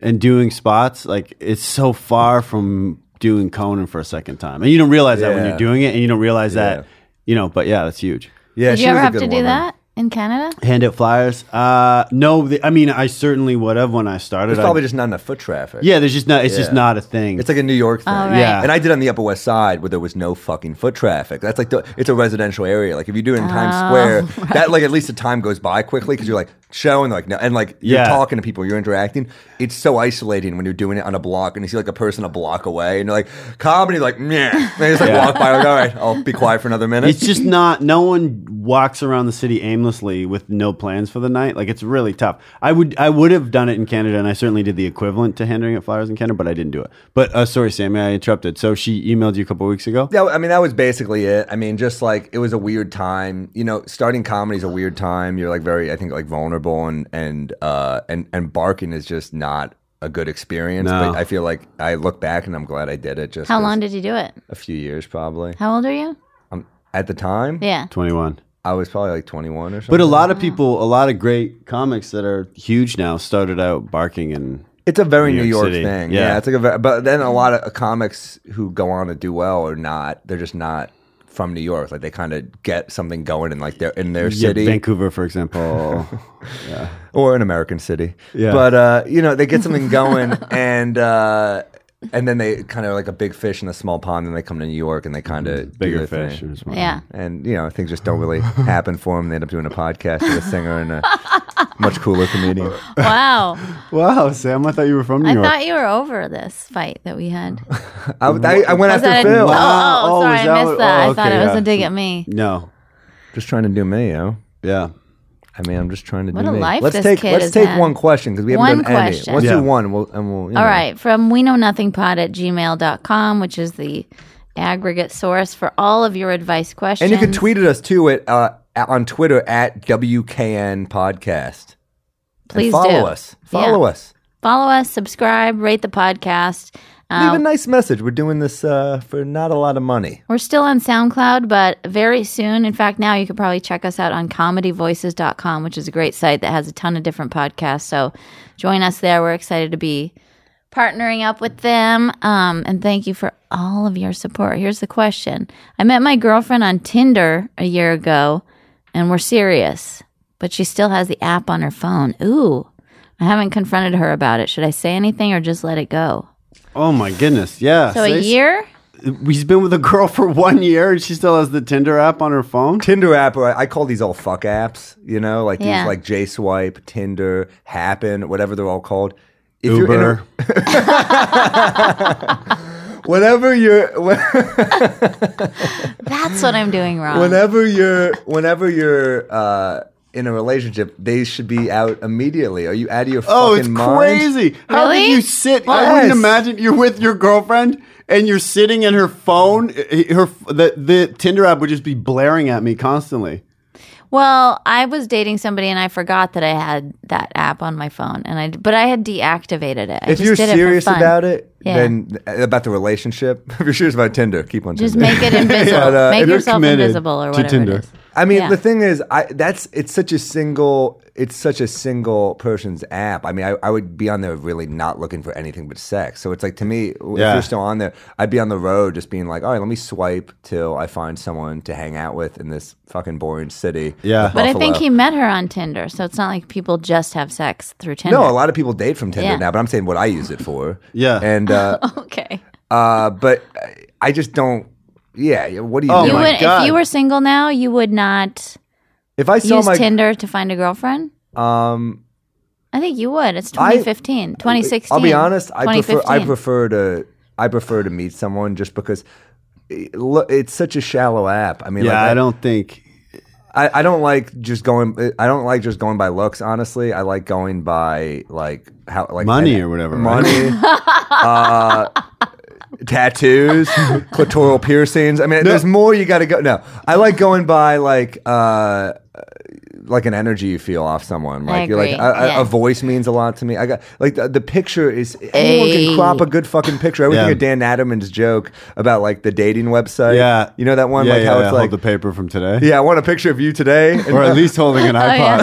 Speaker 6: and doing spots. Like it's so far from doing Conan for a second time, and you don't realize that when
Speaker 7: Yeah.
Speaker 6: you're doing it, and you don't realize
Speaker 7: Yeah.
Speaker 6: that you know. But yeah, that's huge.
Speaker 7: yeah,
Speaker 2: Did
Speaker 7: she
Speaker 2: you ever
Speaker 7: was a
Speaker 2: have to
Speaker 7: good
Speaker 2: do
Speaker 7: woman.
Speaker 2: that in Canada?
Speaker 6: Hand out flyers. Uh, no, the, I mean I certainly would have when I started.
Speaker 7: There's
Speaker 6: I-
Speaker 7: probably just not enough foot traffic.
Speaker 6: yeah. There's just not. It's just
Speaker 7: Yeah.
Speaker 6: not a thing.
Speaker 7: It's like a New York thing.
Speaker 2: Oh, right.
Speaker 6: Yeah.
Speaker 7: And I did on the Upper West Side where there was no fucking foot traffic. That's like, the, it's a residential area. Like, if you do it in Times Square, that, like, at least the time goes by quickly because you're like showing, like, no, and like, you're
Speaker 6: Yeah.
Speaker 7: talking to people, you're interacting. It's so isolating when you're doing it on a block and you see, like, a person a block away and you're like, comedy, like, meh. And they just, like, walk by, like, all right, I'll be quiet for another minute.
Speaker 6: It's just not. No one walks around the city aimlessly with no plans for the night. Like it's really tough. I would I would have done it in Canada, and I certainly did the equivalent to handing out flyers in Canada, but I didn't do it. But uh, sorry, Sammy, I interrupted. So she emailed you a couple weeks ago.
Speaker 7: Yeah, I mean that was basically it. I mean, just like it was a weird time. You know, starting comedy is a weird time. You're like very, I think, like vulnerable and and uh and and barking is just not a good experience.
Speaker 6: No.
Speaker 7: But I feel like I look back and I'm glad I did it. Just
Speaker 2: How
Speaker 7: 'cause
Speaker 2: long did you do it?
Speaker 7: a few years probably.
Speaker 2: How old are you?
Speaker 7: Um, at the time,
Speaker 2: Yeah.
Speaker 6: Twenty one.
Speaker 7: I was probably like 21 or something.
Speaker 6: But a lot of people, a lot of great comics that are huge now, started out barking and
Speaker 7: It's a very
Speaker 6: New
Speaker 7: New
Speaker 6: York
Speaker 7: York,
Speaker 6: City.
Speaker 7: thing.
Speaker 6: Yeah.
Speaker 7: Yeah. it's like a very, but then a lot of comics who go on to do well are not. They're just not from New York. Like they kind of get something going in like their in their
Speaker 6: Yeah,
Speaker 7: city.
Speaker 6: Vancouver, for example.
Speaker 7: or an American city.
Speaker 6: Yeah.
Speaker 7: But uh, you know, they get something going and uh, and then they kind of like a big fish in a small pond and they come to New York and they kind of
Speaker 6: Mm-hmm. Bigger fish. or something.
Speaker 2: Yeah.
Speaker 7: And you know, things just don't really happen for them. They end up doing a podcast with a singer and a much cooler comedian.
Speaker 2: Wow.
Speaker 6: Wow, Sam, I thought you were from New
Speaker 2: I
Speaker 6: York.
Speaker 2: thought you were over this fight that we had.
Speaker 7: I, I, I went
Speaker 2: Was that
Speaker 7: after
Speaker 2: a-
Speaker 7: Phil.
Speaker 2: oh,
Speaker 6: Wow.
Speaker 2: oh,
Speaker 6: Oh,
Speaker 2: sorry,
Speaker 6: is
Speaker 2: I
Speaker 6: that
Speaker 2: missed
Speaker 6: what-
Speaker 2: that.
Speaker 6: oh,
Speaker 2: I thought
Speaker 6: okay,
Speaker 2: it was
Speaker 6: yeah.
Speaker 2: a dig at me.
Speaker 6: no.
Speaker 7: Just trying to do me, yo.
Speaker 6: Yeah.
Speaker 7: I mean, I'm just trying to
Speaker 2: What
Speaker 7: do
Speaker 2: a
Speaker 7: me.
Speaker 2: life
Speaker 7: let's
Speaker 2: this
Speaker 7: take
Speaker 2: kid
Speaker 7: let's
Speaker 2: has
Speaker 7: take
Speaker 2: had.
Speaker 7: one question because we haven't
Speaker 2: One
Speaker 7: done any.
Speaker 2: question.
Speaker 7: Let's
Speaker 6: Yeah.
Speaker 7: do one. We'll, and we'll. You
Speaker 2: All
Speaker 7: know.
Speaker 2: right, from we know nothing pod at gmail.com, which is the aggregate source for all of your advice questions.
Speaker 7: And you can tweet at us too at uh, on Twitter at WKN Podcast.
Speaker 2: Please
Speaker 7: and follow
Speaker 2: do.
Speaker 7: us. Follow
Speaker 2: Yeah.
Speaker 7: us.
Speaker 2: Follow us, subscribe, rate the podcast.
Speaker 7: Leave a
Speaker 2: Uh,
Speaker 7: nice message. We're doing this uh, for not a lot of money.
Speaker 2: we're still on SoundCloud, but very soon, in fact, now you can probably check us out on comedyvoices.com, which is a great site that has a ton of different podcasts. So join us there. We're excited to be partnering up with them. Um, and thank you for all of your support. Here's the question I met my girlfriend on Tinder a year ago, and we're serious, but she still has the app on her phone. Ooh, I haven't confronted her about it. Should I say anything or just let it go?
Speaker 6: Oh my goodness. Yeah.
Speaker 2: So a
Speaker 6: Say-
Speaker 2: year?
Speaker 6: He's been with a girl for one year and she still has the Tinder app on her phone.
Speaker 7: Tinder app, or I I call these all fuck apps, you know, like
Speaker 2: Yeah.
Speaker 7: these like J Swipe, Tinder, Happen, whatever they're all called. If in
Speaker 6: Uber.
Speaker 7: a- whatever you're,
Speaker 2: That's what I'm doing wrong.
Speaker 7: whenever you're whenever you're uh, in a relationship, they should be out immediately. Are you out of your
Speaker 6: Oh,
Speaker 7: fucking
Speaker 6: it's
Speaker 7: mind?
Speaker 6: crazy. How
Speaker 2: Really?
Speaker 6: do you sit? I
Speaker 7: Yes.
Speaker 6: wouldn't imagine you're with your girlfriend and you're sitting in her phone. eh, Her the the Tinder app would just be blaring at me constantly.
Speaker 2: Well, I was dating somebody and I forgot that I had that app on my phone, and I but I had deactivated it. I
Speaker 7: If
Speaker 2: just
Speaker 7: you're
Speaker 2: did
Speaker 7: serious
Speaker 2: it for fun.
Speaker 7: about it,
Speaker 2: Yeah.
Speaker 7: then uh, about the relationship, if you're serious about Tinder, keep on
Speaker 2: just
Speaker 7: Tinder.
Speaker 2: make it invisible.
Speaker 7: But, uh,
Speaker 2: make
Speaker 6: if you're
Speaker 2: yourself
Speaker 6: committed
Speaker 2: invisible or
Speaker 6: to
Speaker 2: whatever.
Speaker 6: Tinder.
Speaker 2: It is.
Speaker 7: I mean,
Speaker 2: Yeah.
Speaker 7: the thing is, I that's it's such a single it's such a single person's app. I mean, I, I would be on there really not looking for anything but sex. So it's like to me,
Speaker 6: Yeah.
Speaker 7: if you're still on there, I'd be on the road just being like, all right, let me swipe till I find someone to hang out with in this fucking boring city.
Speaker 6: Yeah.
Speaker 7: of
Speaker 2: But I think
Speaker 7: Buffalo."
Speaker 2: he met her on Tinder, so it's not like people just have sex through Tinder.
Speaker 7: No, a lot of people date from Tinder
Speaker 2: Yeah.
Speaker 7: now, but I'm saying what I use it for.
Speaker 6: Yeah.
Speaker 7: and uh,
Speaker 2: okay.
Speaker 7: uh, but I- I just don't. Yeah, yeah, what do you?
Speaker 6: Oh
Speaker 7: do?
Speaker 2: you
Speaker 6: my
Speaker 2: would
Speaker 6: God.
Speaker 2: if you were single now, you would not
Speaker 7: if I saw
Speaker 2: use
Speaker 7: my
Speaker 2: Tinder to find a girlfriend.
Speaker 7: um.
Speaker 2: I think you would. It's
Speaker 7: I-
Speaker 2: 2015, 2016.
Speaker 7: I'll be honest. I prefer. I
Speaker 2: 2015.
Speaker 7: prefer to. I prefer to meet someone just because. it- look, It's such a shallow app. I mean,
Speaker 6: Yeah,
Speaker 7: like,
Speaker 6: I don't think.
Speaker 7: I, I don't like just going. I don't like just going by looks. Honestly, I like going by like how like
Speaker 6: Money or whatever, right?
Speaker 7: Money, uh, tattoos, clitoral piercings. I mean, there's more you got to go. No, I like going by like uh, like an energy you feel off someone. Like you're like
Speaker 2: agree,
Speaker 7: I, I-
Speaker 2: yeah.
Speaker 7: a voice means a lot to me. I got like the, the picture is anyone can crop a good fucking picture. I would
Speaker 6: Yeah.
Speaker 7: think of Dan Adaman's joke about like the dating website.
Speaker 6: Yeah.
Speaker 7: you know that one.
Speaker 6: Yeah,
Speaker 7: like
Speaker 6: yeah,
Speaker 7: how
Speaker 6: yeah,
Speaker 7: it's
Speaker 6: hold
Speaker 7: like
Speaker 6: the paper from today.
Speaker 7: yeah, I want a picture of you today. And-
Speaker 6: Or at least holding an
Speaker 2: Oh, yeah.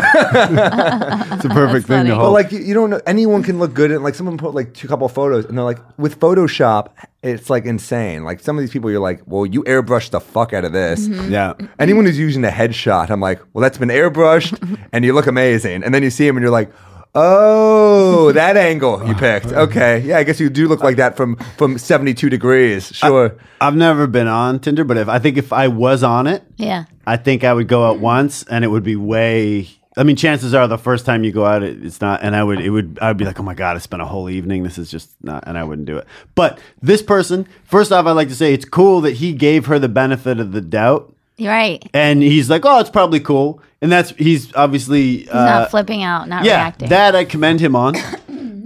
Speaker 6: iPod. it's a perfect thing
Speaker 2: funny.
Speaker 6: to
Speaker 2: But
Speaker 7: but
Speaker 6: hold.
Speaker 7: like you, you don't know anyone can look good in like someone put like two couple photos and they're like with Photoshop it's like insane. Like some of these people you're like, well, you airbrushed the fuck out of this.
Speaker 6: yeah.
Speaker 7: Anyone who's using a headshot, I'm like, well, that's been airbrushed and you look amazing. And then you see him and you're like, oh, that angle you picked. Okay, yeah, I guess you do look like that from from 72 degrees. Sure.
Speaker 6: I've never been on Tinder, but if I think if I was on it,
Speaker 2: Yeah.
Speaker 6: I think I would go out once, and it would be way. I mean, chances are the first time you go out, it, it's not. And I would, it would, I would be like, oh my god, I spent a whole evening. This is just not, and I wouldn't do it. But this person, first off, I'd like to say it's cool that he gave her the benefit of the doubt,
Speaker 2: You're right.
Speaker 6: and he's like, oh, it's probably cool, and that's he's obviously uh,
Speaker 2: not flipping out, not
Speaker 6: yeah,
Speaker 2: reacting.
Speaker 6: that I commend him on.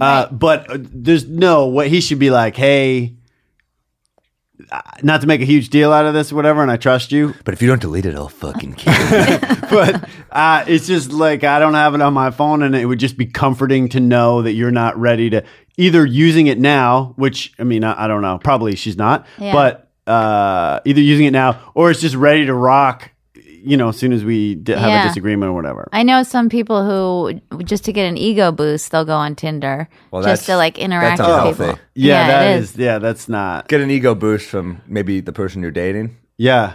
Speaker 6: uh, but uh, there's no what he should be like, hey. uh, Not to make a huge deal out of this, whatever, and I trust you,
Speaker 7: But if you don't delete it, I'll fucking kill you.
Speaker 6: but uh, it's just like I don't have it on my phone, and it would just be comforting to know that you're not ready to either using it now, which I mean, I, I don't know, probably she's not,
Speaker 2: Yeah.
Speaker 6: but uh, either using it now or it's just ready to rock, you know, as soon as we d- have
Speaker 2: Yeah.
Speaker 6: a disagreement or whatever.
Speaker 2: I know some people who just to get an ego boost, they'll go on Tinder
Speaker 7: Well,
Speaker 2: just
Speaker 7: that's-
Speaker 2: to like interact
Speaker 7: that's
Speaker 2: with people.
Speaker 7: unhealthy.
Speaker 6: yeah,
Speaker 2: it
Speaker 6: that is, yeah, that's not,
Speaker 7: Get an ego boost from maybe the person you're dating.
Speaker 6: yeah,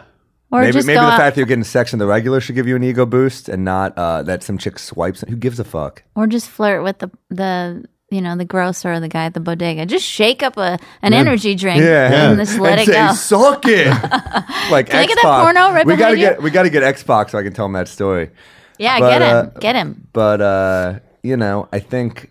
Speaker 2: Or
Speaker 7: maybe
Speaker 2: just
Speaker 7: maybe
Speaker 2: go
Speaker 7: the
Speaker 2: out,
Speaker 7: fact that you're getting sex in the regular should give you an ego boost, and not uh, that some chick swipes. Who gives a fuck?
Speaker 2: or just flirt with the the you know the grocer or the guy at the bodega. Just shake up a an energy drink and just let
Speaker 7: and
Speaker 2: it
Speaker 7: say,
Speaker 2: go.
Speaker 7: Suck it. like
Speaker 2: Can I
Speaker 7: Xbox.
Speaker 2: get that porno right
Speaker 7: we gotta
Speaker 2: behind you?
Speaker 7: get we gotta get Xbox so I can tell him that story.
Speaker 2: yeah,
Speaker 7: but,
Speaker 2: get him,
Speaker 7: uh,
Speaker 2: get him.
Speaker 7: But uh, you know, I think.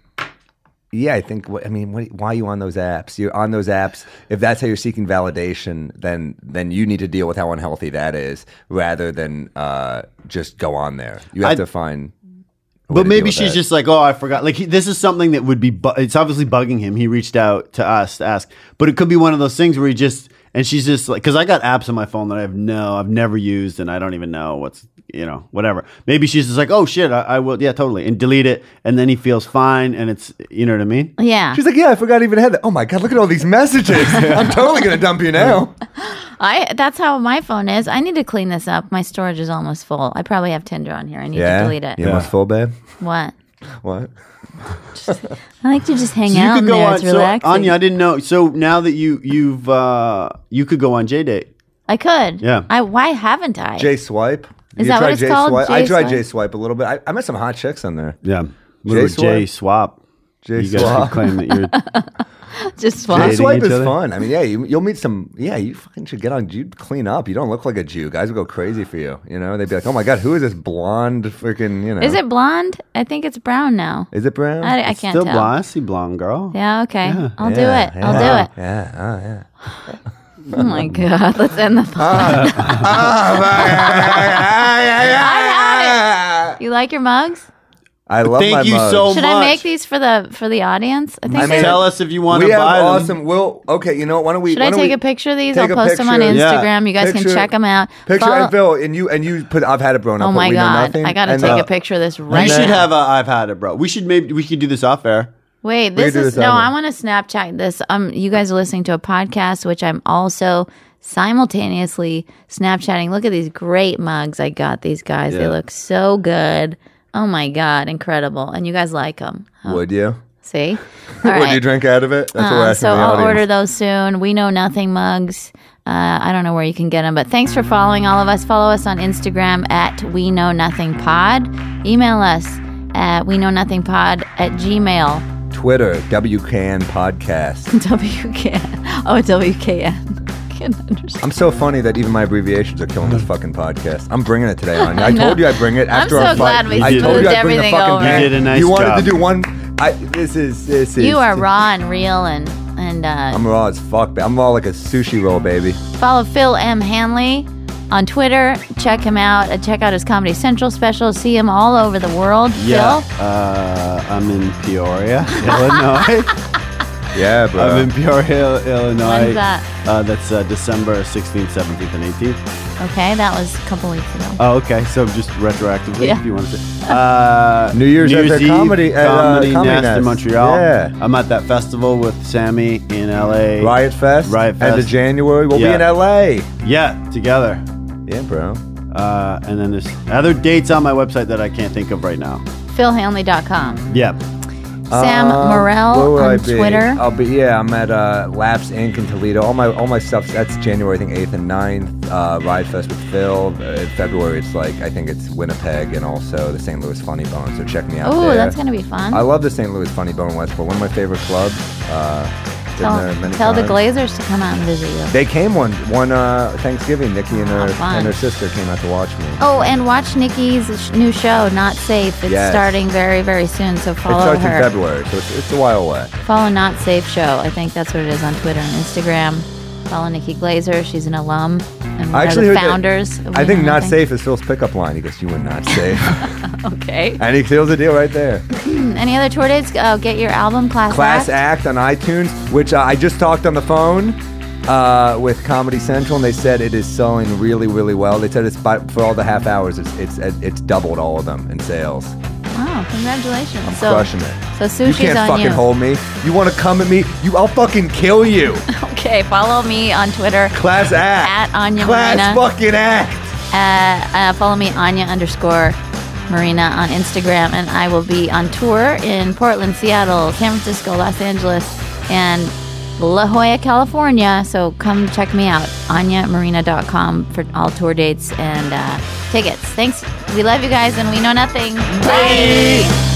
Speaker 7: Yeah, I think. what- I mean, what, why are you on those apps? You're on those apps. If that's how you're seeking validation, then then you need to deal with how unhealthy that is, rather than uh, just go on there. You have
Speaker 6: I-
Speaker 7: to find. a way
Speaker 6: But
Speaker 7: to deal
Speaker 6: maybe
Speaker 7: with
Speaker 6: she's
Speaker 7: that.
Speaker 6: just like, oh, I forgot. Like, he, this is something that would be, bu- it's obviously bugging him. He reached out to us to ask, but it could be one of those things where he just, and she's just like, because I got apps on my phone that I have no, I've never used, and I don't even know what's, you know, whatever. Maybe she's just like, oh shit, I, I will, yeah, totally, and delete it, and then he feels fine, and it's, you know what I mean?
Speaker 2: Yeah,
Speaker 7: She's like, yeah, I forgot I even had that. Oh my god, look at all these messages. I'm totally gonna dump you now.
Speaker 2: I that's how my phone is. I need to clean this up. My storage is almost full. I probably have Tinder on here. I need to delete it.
Speaker 7: You almost full, babe.
Speaker 2: What?
Speaker 7: What?
Speaker 2: I like to just hang
Speaker 6: So
Speaker 2: out. in there.
Speaker 6: on,
Speaker 2: it's relaxing.
Speaker 6: so Anya, I didn't know. So now that you you've uh you could go on J date.
Speaker 2: I could.
Speaker 6: Yeah.
Speaker 2: I why haven't I?
Speaker 7: J swipe.
Speaker 2: Is that what it's called?
Speaker 7: Swipe? I tried
Speaker 2: J-swipe?
Speaker 7: J swipe a little bit. I, I met some hot chicks on there.
Speaker 6: Yeah, J J swap.
Speaker 7: J
Speaker 6: You guys
Speaker 7: swap.
Speaker 6: claim that you're.
Speaker 2: Just
Speaker 7: J
Speaker 2: swap.
Speaker 6: Dating
Speaker 7: swipe
Speaker 6: each
Speaker 7: is
Speaker 6: other?
Speaker 7: fun. I mean, yeah, you, you'll meet some. Yeah, you fucking should get on. You clean up. You don't look like a Jew. Guys would go crazy for you. You know, they'd be like, oh my god, who is this blonde freaking? You know,
Speaker 2: Is it blonde? I think it's brown now.
Speaker 7: Is it brown?
Speaker 2: I, I can't
Speaker 6: Still
Speaker 2: tell.
Speaker 6: blonde, I see blonde girl.
Speaker 2: Yeah, okay. I'll do
Speaker 7: Yeah,
Speaker 2: it. I'll
Speaker 7: yeah,
Speaker 2: do it.
Speaker 7: Yeah. Oh yeah.
Speaker 2: Oh my god. Let's end the podcast. You like your mugs?
Speaker 7: I love
Speaker 6: Thank
Speaker 7: my
Speaker 6: you
Speaker 7: mug.
Speaker 6: so
Speaker 2: Should
Speaker 6: much.
Speaker 2: I make these for the for the audience? I think
Speaker 7: I
Speaker 2: they-
Speaker 7: mean,
Speaker 6: Tell us if you want
Speaker 7: we
Speaker 6: to
Speaker 7: have
Speaker 6: buy them.
Speaker 7: awesome. Well, okay, you know what? Why don't we?
Speaker 2: should
Speaker 7: why
Speaker 2: I
Speaker 7: don't
Speaker 2: take
Speaker 7: we
Speaker 2: a picture of these?
Speaker 7: take
Speaker 2: I'll
Speaker 7: a
Speaker 2: post them on
Speaker 7: picture.
Speaker 6: Yeah.
Speaker 2: Instagram. You guys can
Speaker 7: Picture-
Speaker 2: check them out.
Speaker 7: Picture
Speaker 2: Follow-
Speaker 7: and Phil, and you and you put. I've had it blown up.
Speaker 2: oh
Speaker 7: but
Speaker 2: my
Speaker 7: we know
Speaker 2: god!
Speaker 7: nothing,
Speaker 2: I gotta
Speaker 7: and,
Speaker 2: take
Speaker 7: uh,
Speaker 2: a picture of this
Speaker 6: We
Speaker 2: right
Speaker 6: should
Speaker 2: now.
Speaker 6: have a I've had it, bro. We should maybe we could do this off air.
Speaker 2: Wait,
Speaker 7: could
Speaker 2: this
Speaker 7: do
Speaker 2: is
Speaker 7: this
Speaker 2: no.
Speaker 7: on
Speaker 2: I
Speaker 7: here.
Speaker 2: want to Snapchat this. Um, you guys are listening to a podcast, which I'm also simultaneously Snapchatting. Look at these great mugs I got. These guys, they
Speaker 6: Yeah.
Speaker 2: look so good. Oh my god, incredible! And you guys like them.
Speaker 7: Would you?
Speaker 2: See, all
Speaker 7: Would you
Speaker 2: right.
Speaker 7: drink out of it? That's what we're
Speaker 2: Um,
Speaker 7: asking
Speaker 2: so
Speaker 7: the
Speaker 2: I'll
Speaker 7: audience.
Speaker 2: order those soon. We know nothing mugs. Uh, I don't know where you can get them, but thanks for following all of us. Follow us on Instagram at We Know Nothing Pod. Email us at We Know Nothing Pod at Gmail.
Speaker 7: Twitter WCAN podcast.
Speaker 2: WKN. Oh, WKN. Can't understand.
Speaker 7: I'm so funny that even my abbreviations are killing
Speaker 6: Mm.
Speaker 7: this fucking podcast. I'm bringing it today on. I, told you I bring it after
Speaker 2: I'm
Speaker 7: our
Speaker 2: so
Speaker 7: fight.
Speaker 2: glad we
Speaker 7: I told
Speaker 2: smoothed
Speaker 7: you I bring the
Speaker 2: everything
Speaker 7: fucking
Speaker 2: over.
Speaker 6: You
Speaker 7: pan.
Speaker 6: did a nice
Speaker 7: You wanted
Speaker 6: job.
Speaker 7: to do one. I, this is this is.
Speaker 2: You are raw and real and and uh,
Speaker 7: I'm raw as fuck. ba- I'm raw like a sushi roll, baby.
Speaker 2: follow Phil M Hanley on Twitter. Check him out. Uh, Check out his Comedy Central special. See him all over the world.
Speaker 6: Yeah,
Speaker 2: Phil?
Speaker 6: uh, I'm in Peoria, Illinois.
Speaker 7: Yeah, bro.
Speaker 6: I'm in Peoria, Illinois.
Speaker 2: When's that?
Speaker 6: Uh, that's uh, December 16th, 17th, and 18th.
Speaker 2: Okay, that was a couple weeks ago.
Speaker 6: Oh, okay. So just retroactively,
Speaker 2: Yeah.
Speaker 6: if you want to say. Uh,
Speaker 7: New Year's at the
Speaker 6: Eve,
Speaker 7: comedy- at, uh,
Speaker 6: comedy
Speaker 7: Comedy
Speaker 6: Nest in
Speaker 7: Nest.
Speaker 6: Montreal.
Speaker 7: Yeah.
Speaker 6: I'm at that festival with Sammy in LA.
Speaker 7: Riot Fest.
Speaker 6: Riot
Speaker 7: End of
Speaker 6: Fest.
Speaker 7: January. We'll
Speaker 6: Yeah.
Speaker 7: be in L.A.
Speaker 6: Yeah, together.
Speaker 7: Yeah, bro.
Speaker 6: Uh, and then there's other dates on my website that I can't think of right now.
Speaker 2: PhilHanley.com.
Speaker 6: Yeah.
Speaker 2: Sam
Speaker 7: Um, where
Speaker 2: Morrell
Speaker 7: will I
Speaker 2: on
Speaker 7: be?
Speaker 2: Twitter.
Speaker 7: I'll be yeah. I'm at uh, Laps Inc. in Toledo. All my all my stuff. That's January I think eighth and 9th. Uh, Ride Fest with Phil. Uh, in February it's like I think it's Winnipeg and also the St. Louis Funny Bone. So check me out.
Speaker 2: Oh,
Speaker 7: there.
Speaker 2: that's gonna be fun.
Speaker 7: I love the St. Louis Funny Bone in Westport. One of my favorite clubs. Uh, been there
Speaker 2: Tell,
Speaker 7: many
Speaker 2: tell the
Speaker 7: times.
Speaker 2: Glazers to come out and visit you.
Speaker 7: They came one one uh, Thanksgiving. Nikki and her
Speaker 2: Oh, fun.
Speaker 7: and her sister came out to watch me.
Speaker 2: Oh, and watch Nikki's sh- new show, Not Safe. It's
Speaker 7: Yes.
Speaker 2: starting very, very soon, so
Speaker 7: it
Speaker 2: follow
Speaker 7: starts
Speaker 2: her.
Speaker 7: in February, so it's, it's a while away.
Speaker 2: Follow Not Safe Show. I think that's what it is on Twitter and Instagram. Follow Nikki Glazer. She's an alum and
Speaker 7: I
Speaker 2: one of
Speaker 7: actually
Speaker 2: the
Speaker 7: heard
Speaker 2: founders. of
Speaker 7: That, I
Speaker 2: We
Speaker 7: think
Speaker 2: Know
Speaker 7: not
Speaker 2: Nothing.
Speaker 7: safe is Phil's pickup line. He goes, "You were not safe,"
Speaker 2: Okay.
Speaker 7: and he seals the deal right there.
Speaker 2: Any other tour dates? Oh, get your album, Class,
Speaker 7: Class Act on iTunes, which uh, I just talked on the phone uh, with Comedy Central, and they said it is selling really, really well. They said it's by, for all the half hours, it's it's it's doubled all of them in sales.
Speaker 2: Oh, congratulations.
Speaker 7: I'm
Speaker 2: so,
Speaker 7: crushing it.
Speaker 2: So
Speaker 7: you
Speaker 2: sushi's
Speaker 7: can't
Speaker 2: on
Speaker 7: fucking
Speaker 2: you.
Speaker 7: hold me. You want to come at me? You, I'll fucking kill you.
Speaker 2: Okay, follow me on Twitter.
Speaker 7: Class Act.
Speaker 2: At Anya
Speaker 7: Class
Speaker 2: Marina.
Speaker 7: fucking Act.
Speaker 2: Uh, uh, follow me, Anya underscore Marina on Instagram, and I will be on tour in Portland, Seattle, San Francisco, Los Angeles, and La Jolla, California. So come check me out, AnyaMarina.com for all tour dates and uh, tickets. Thanks. We love you guys, and we know nothing. Bye.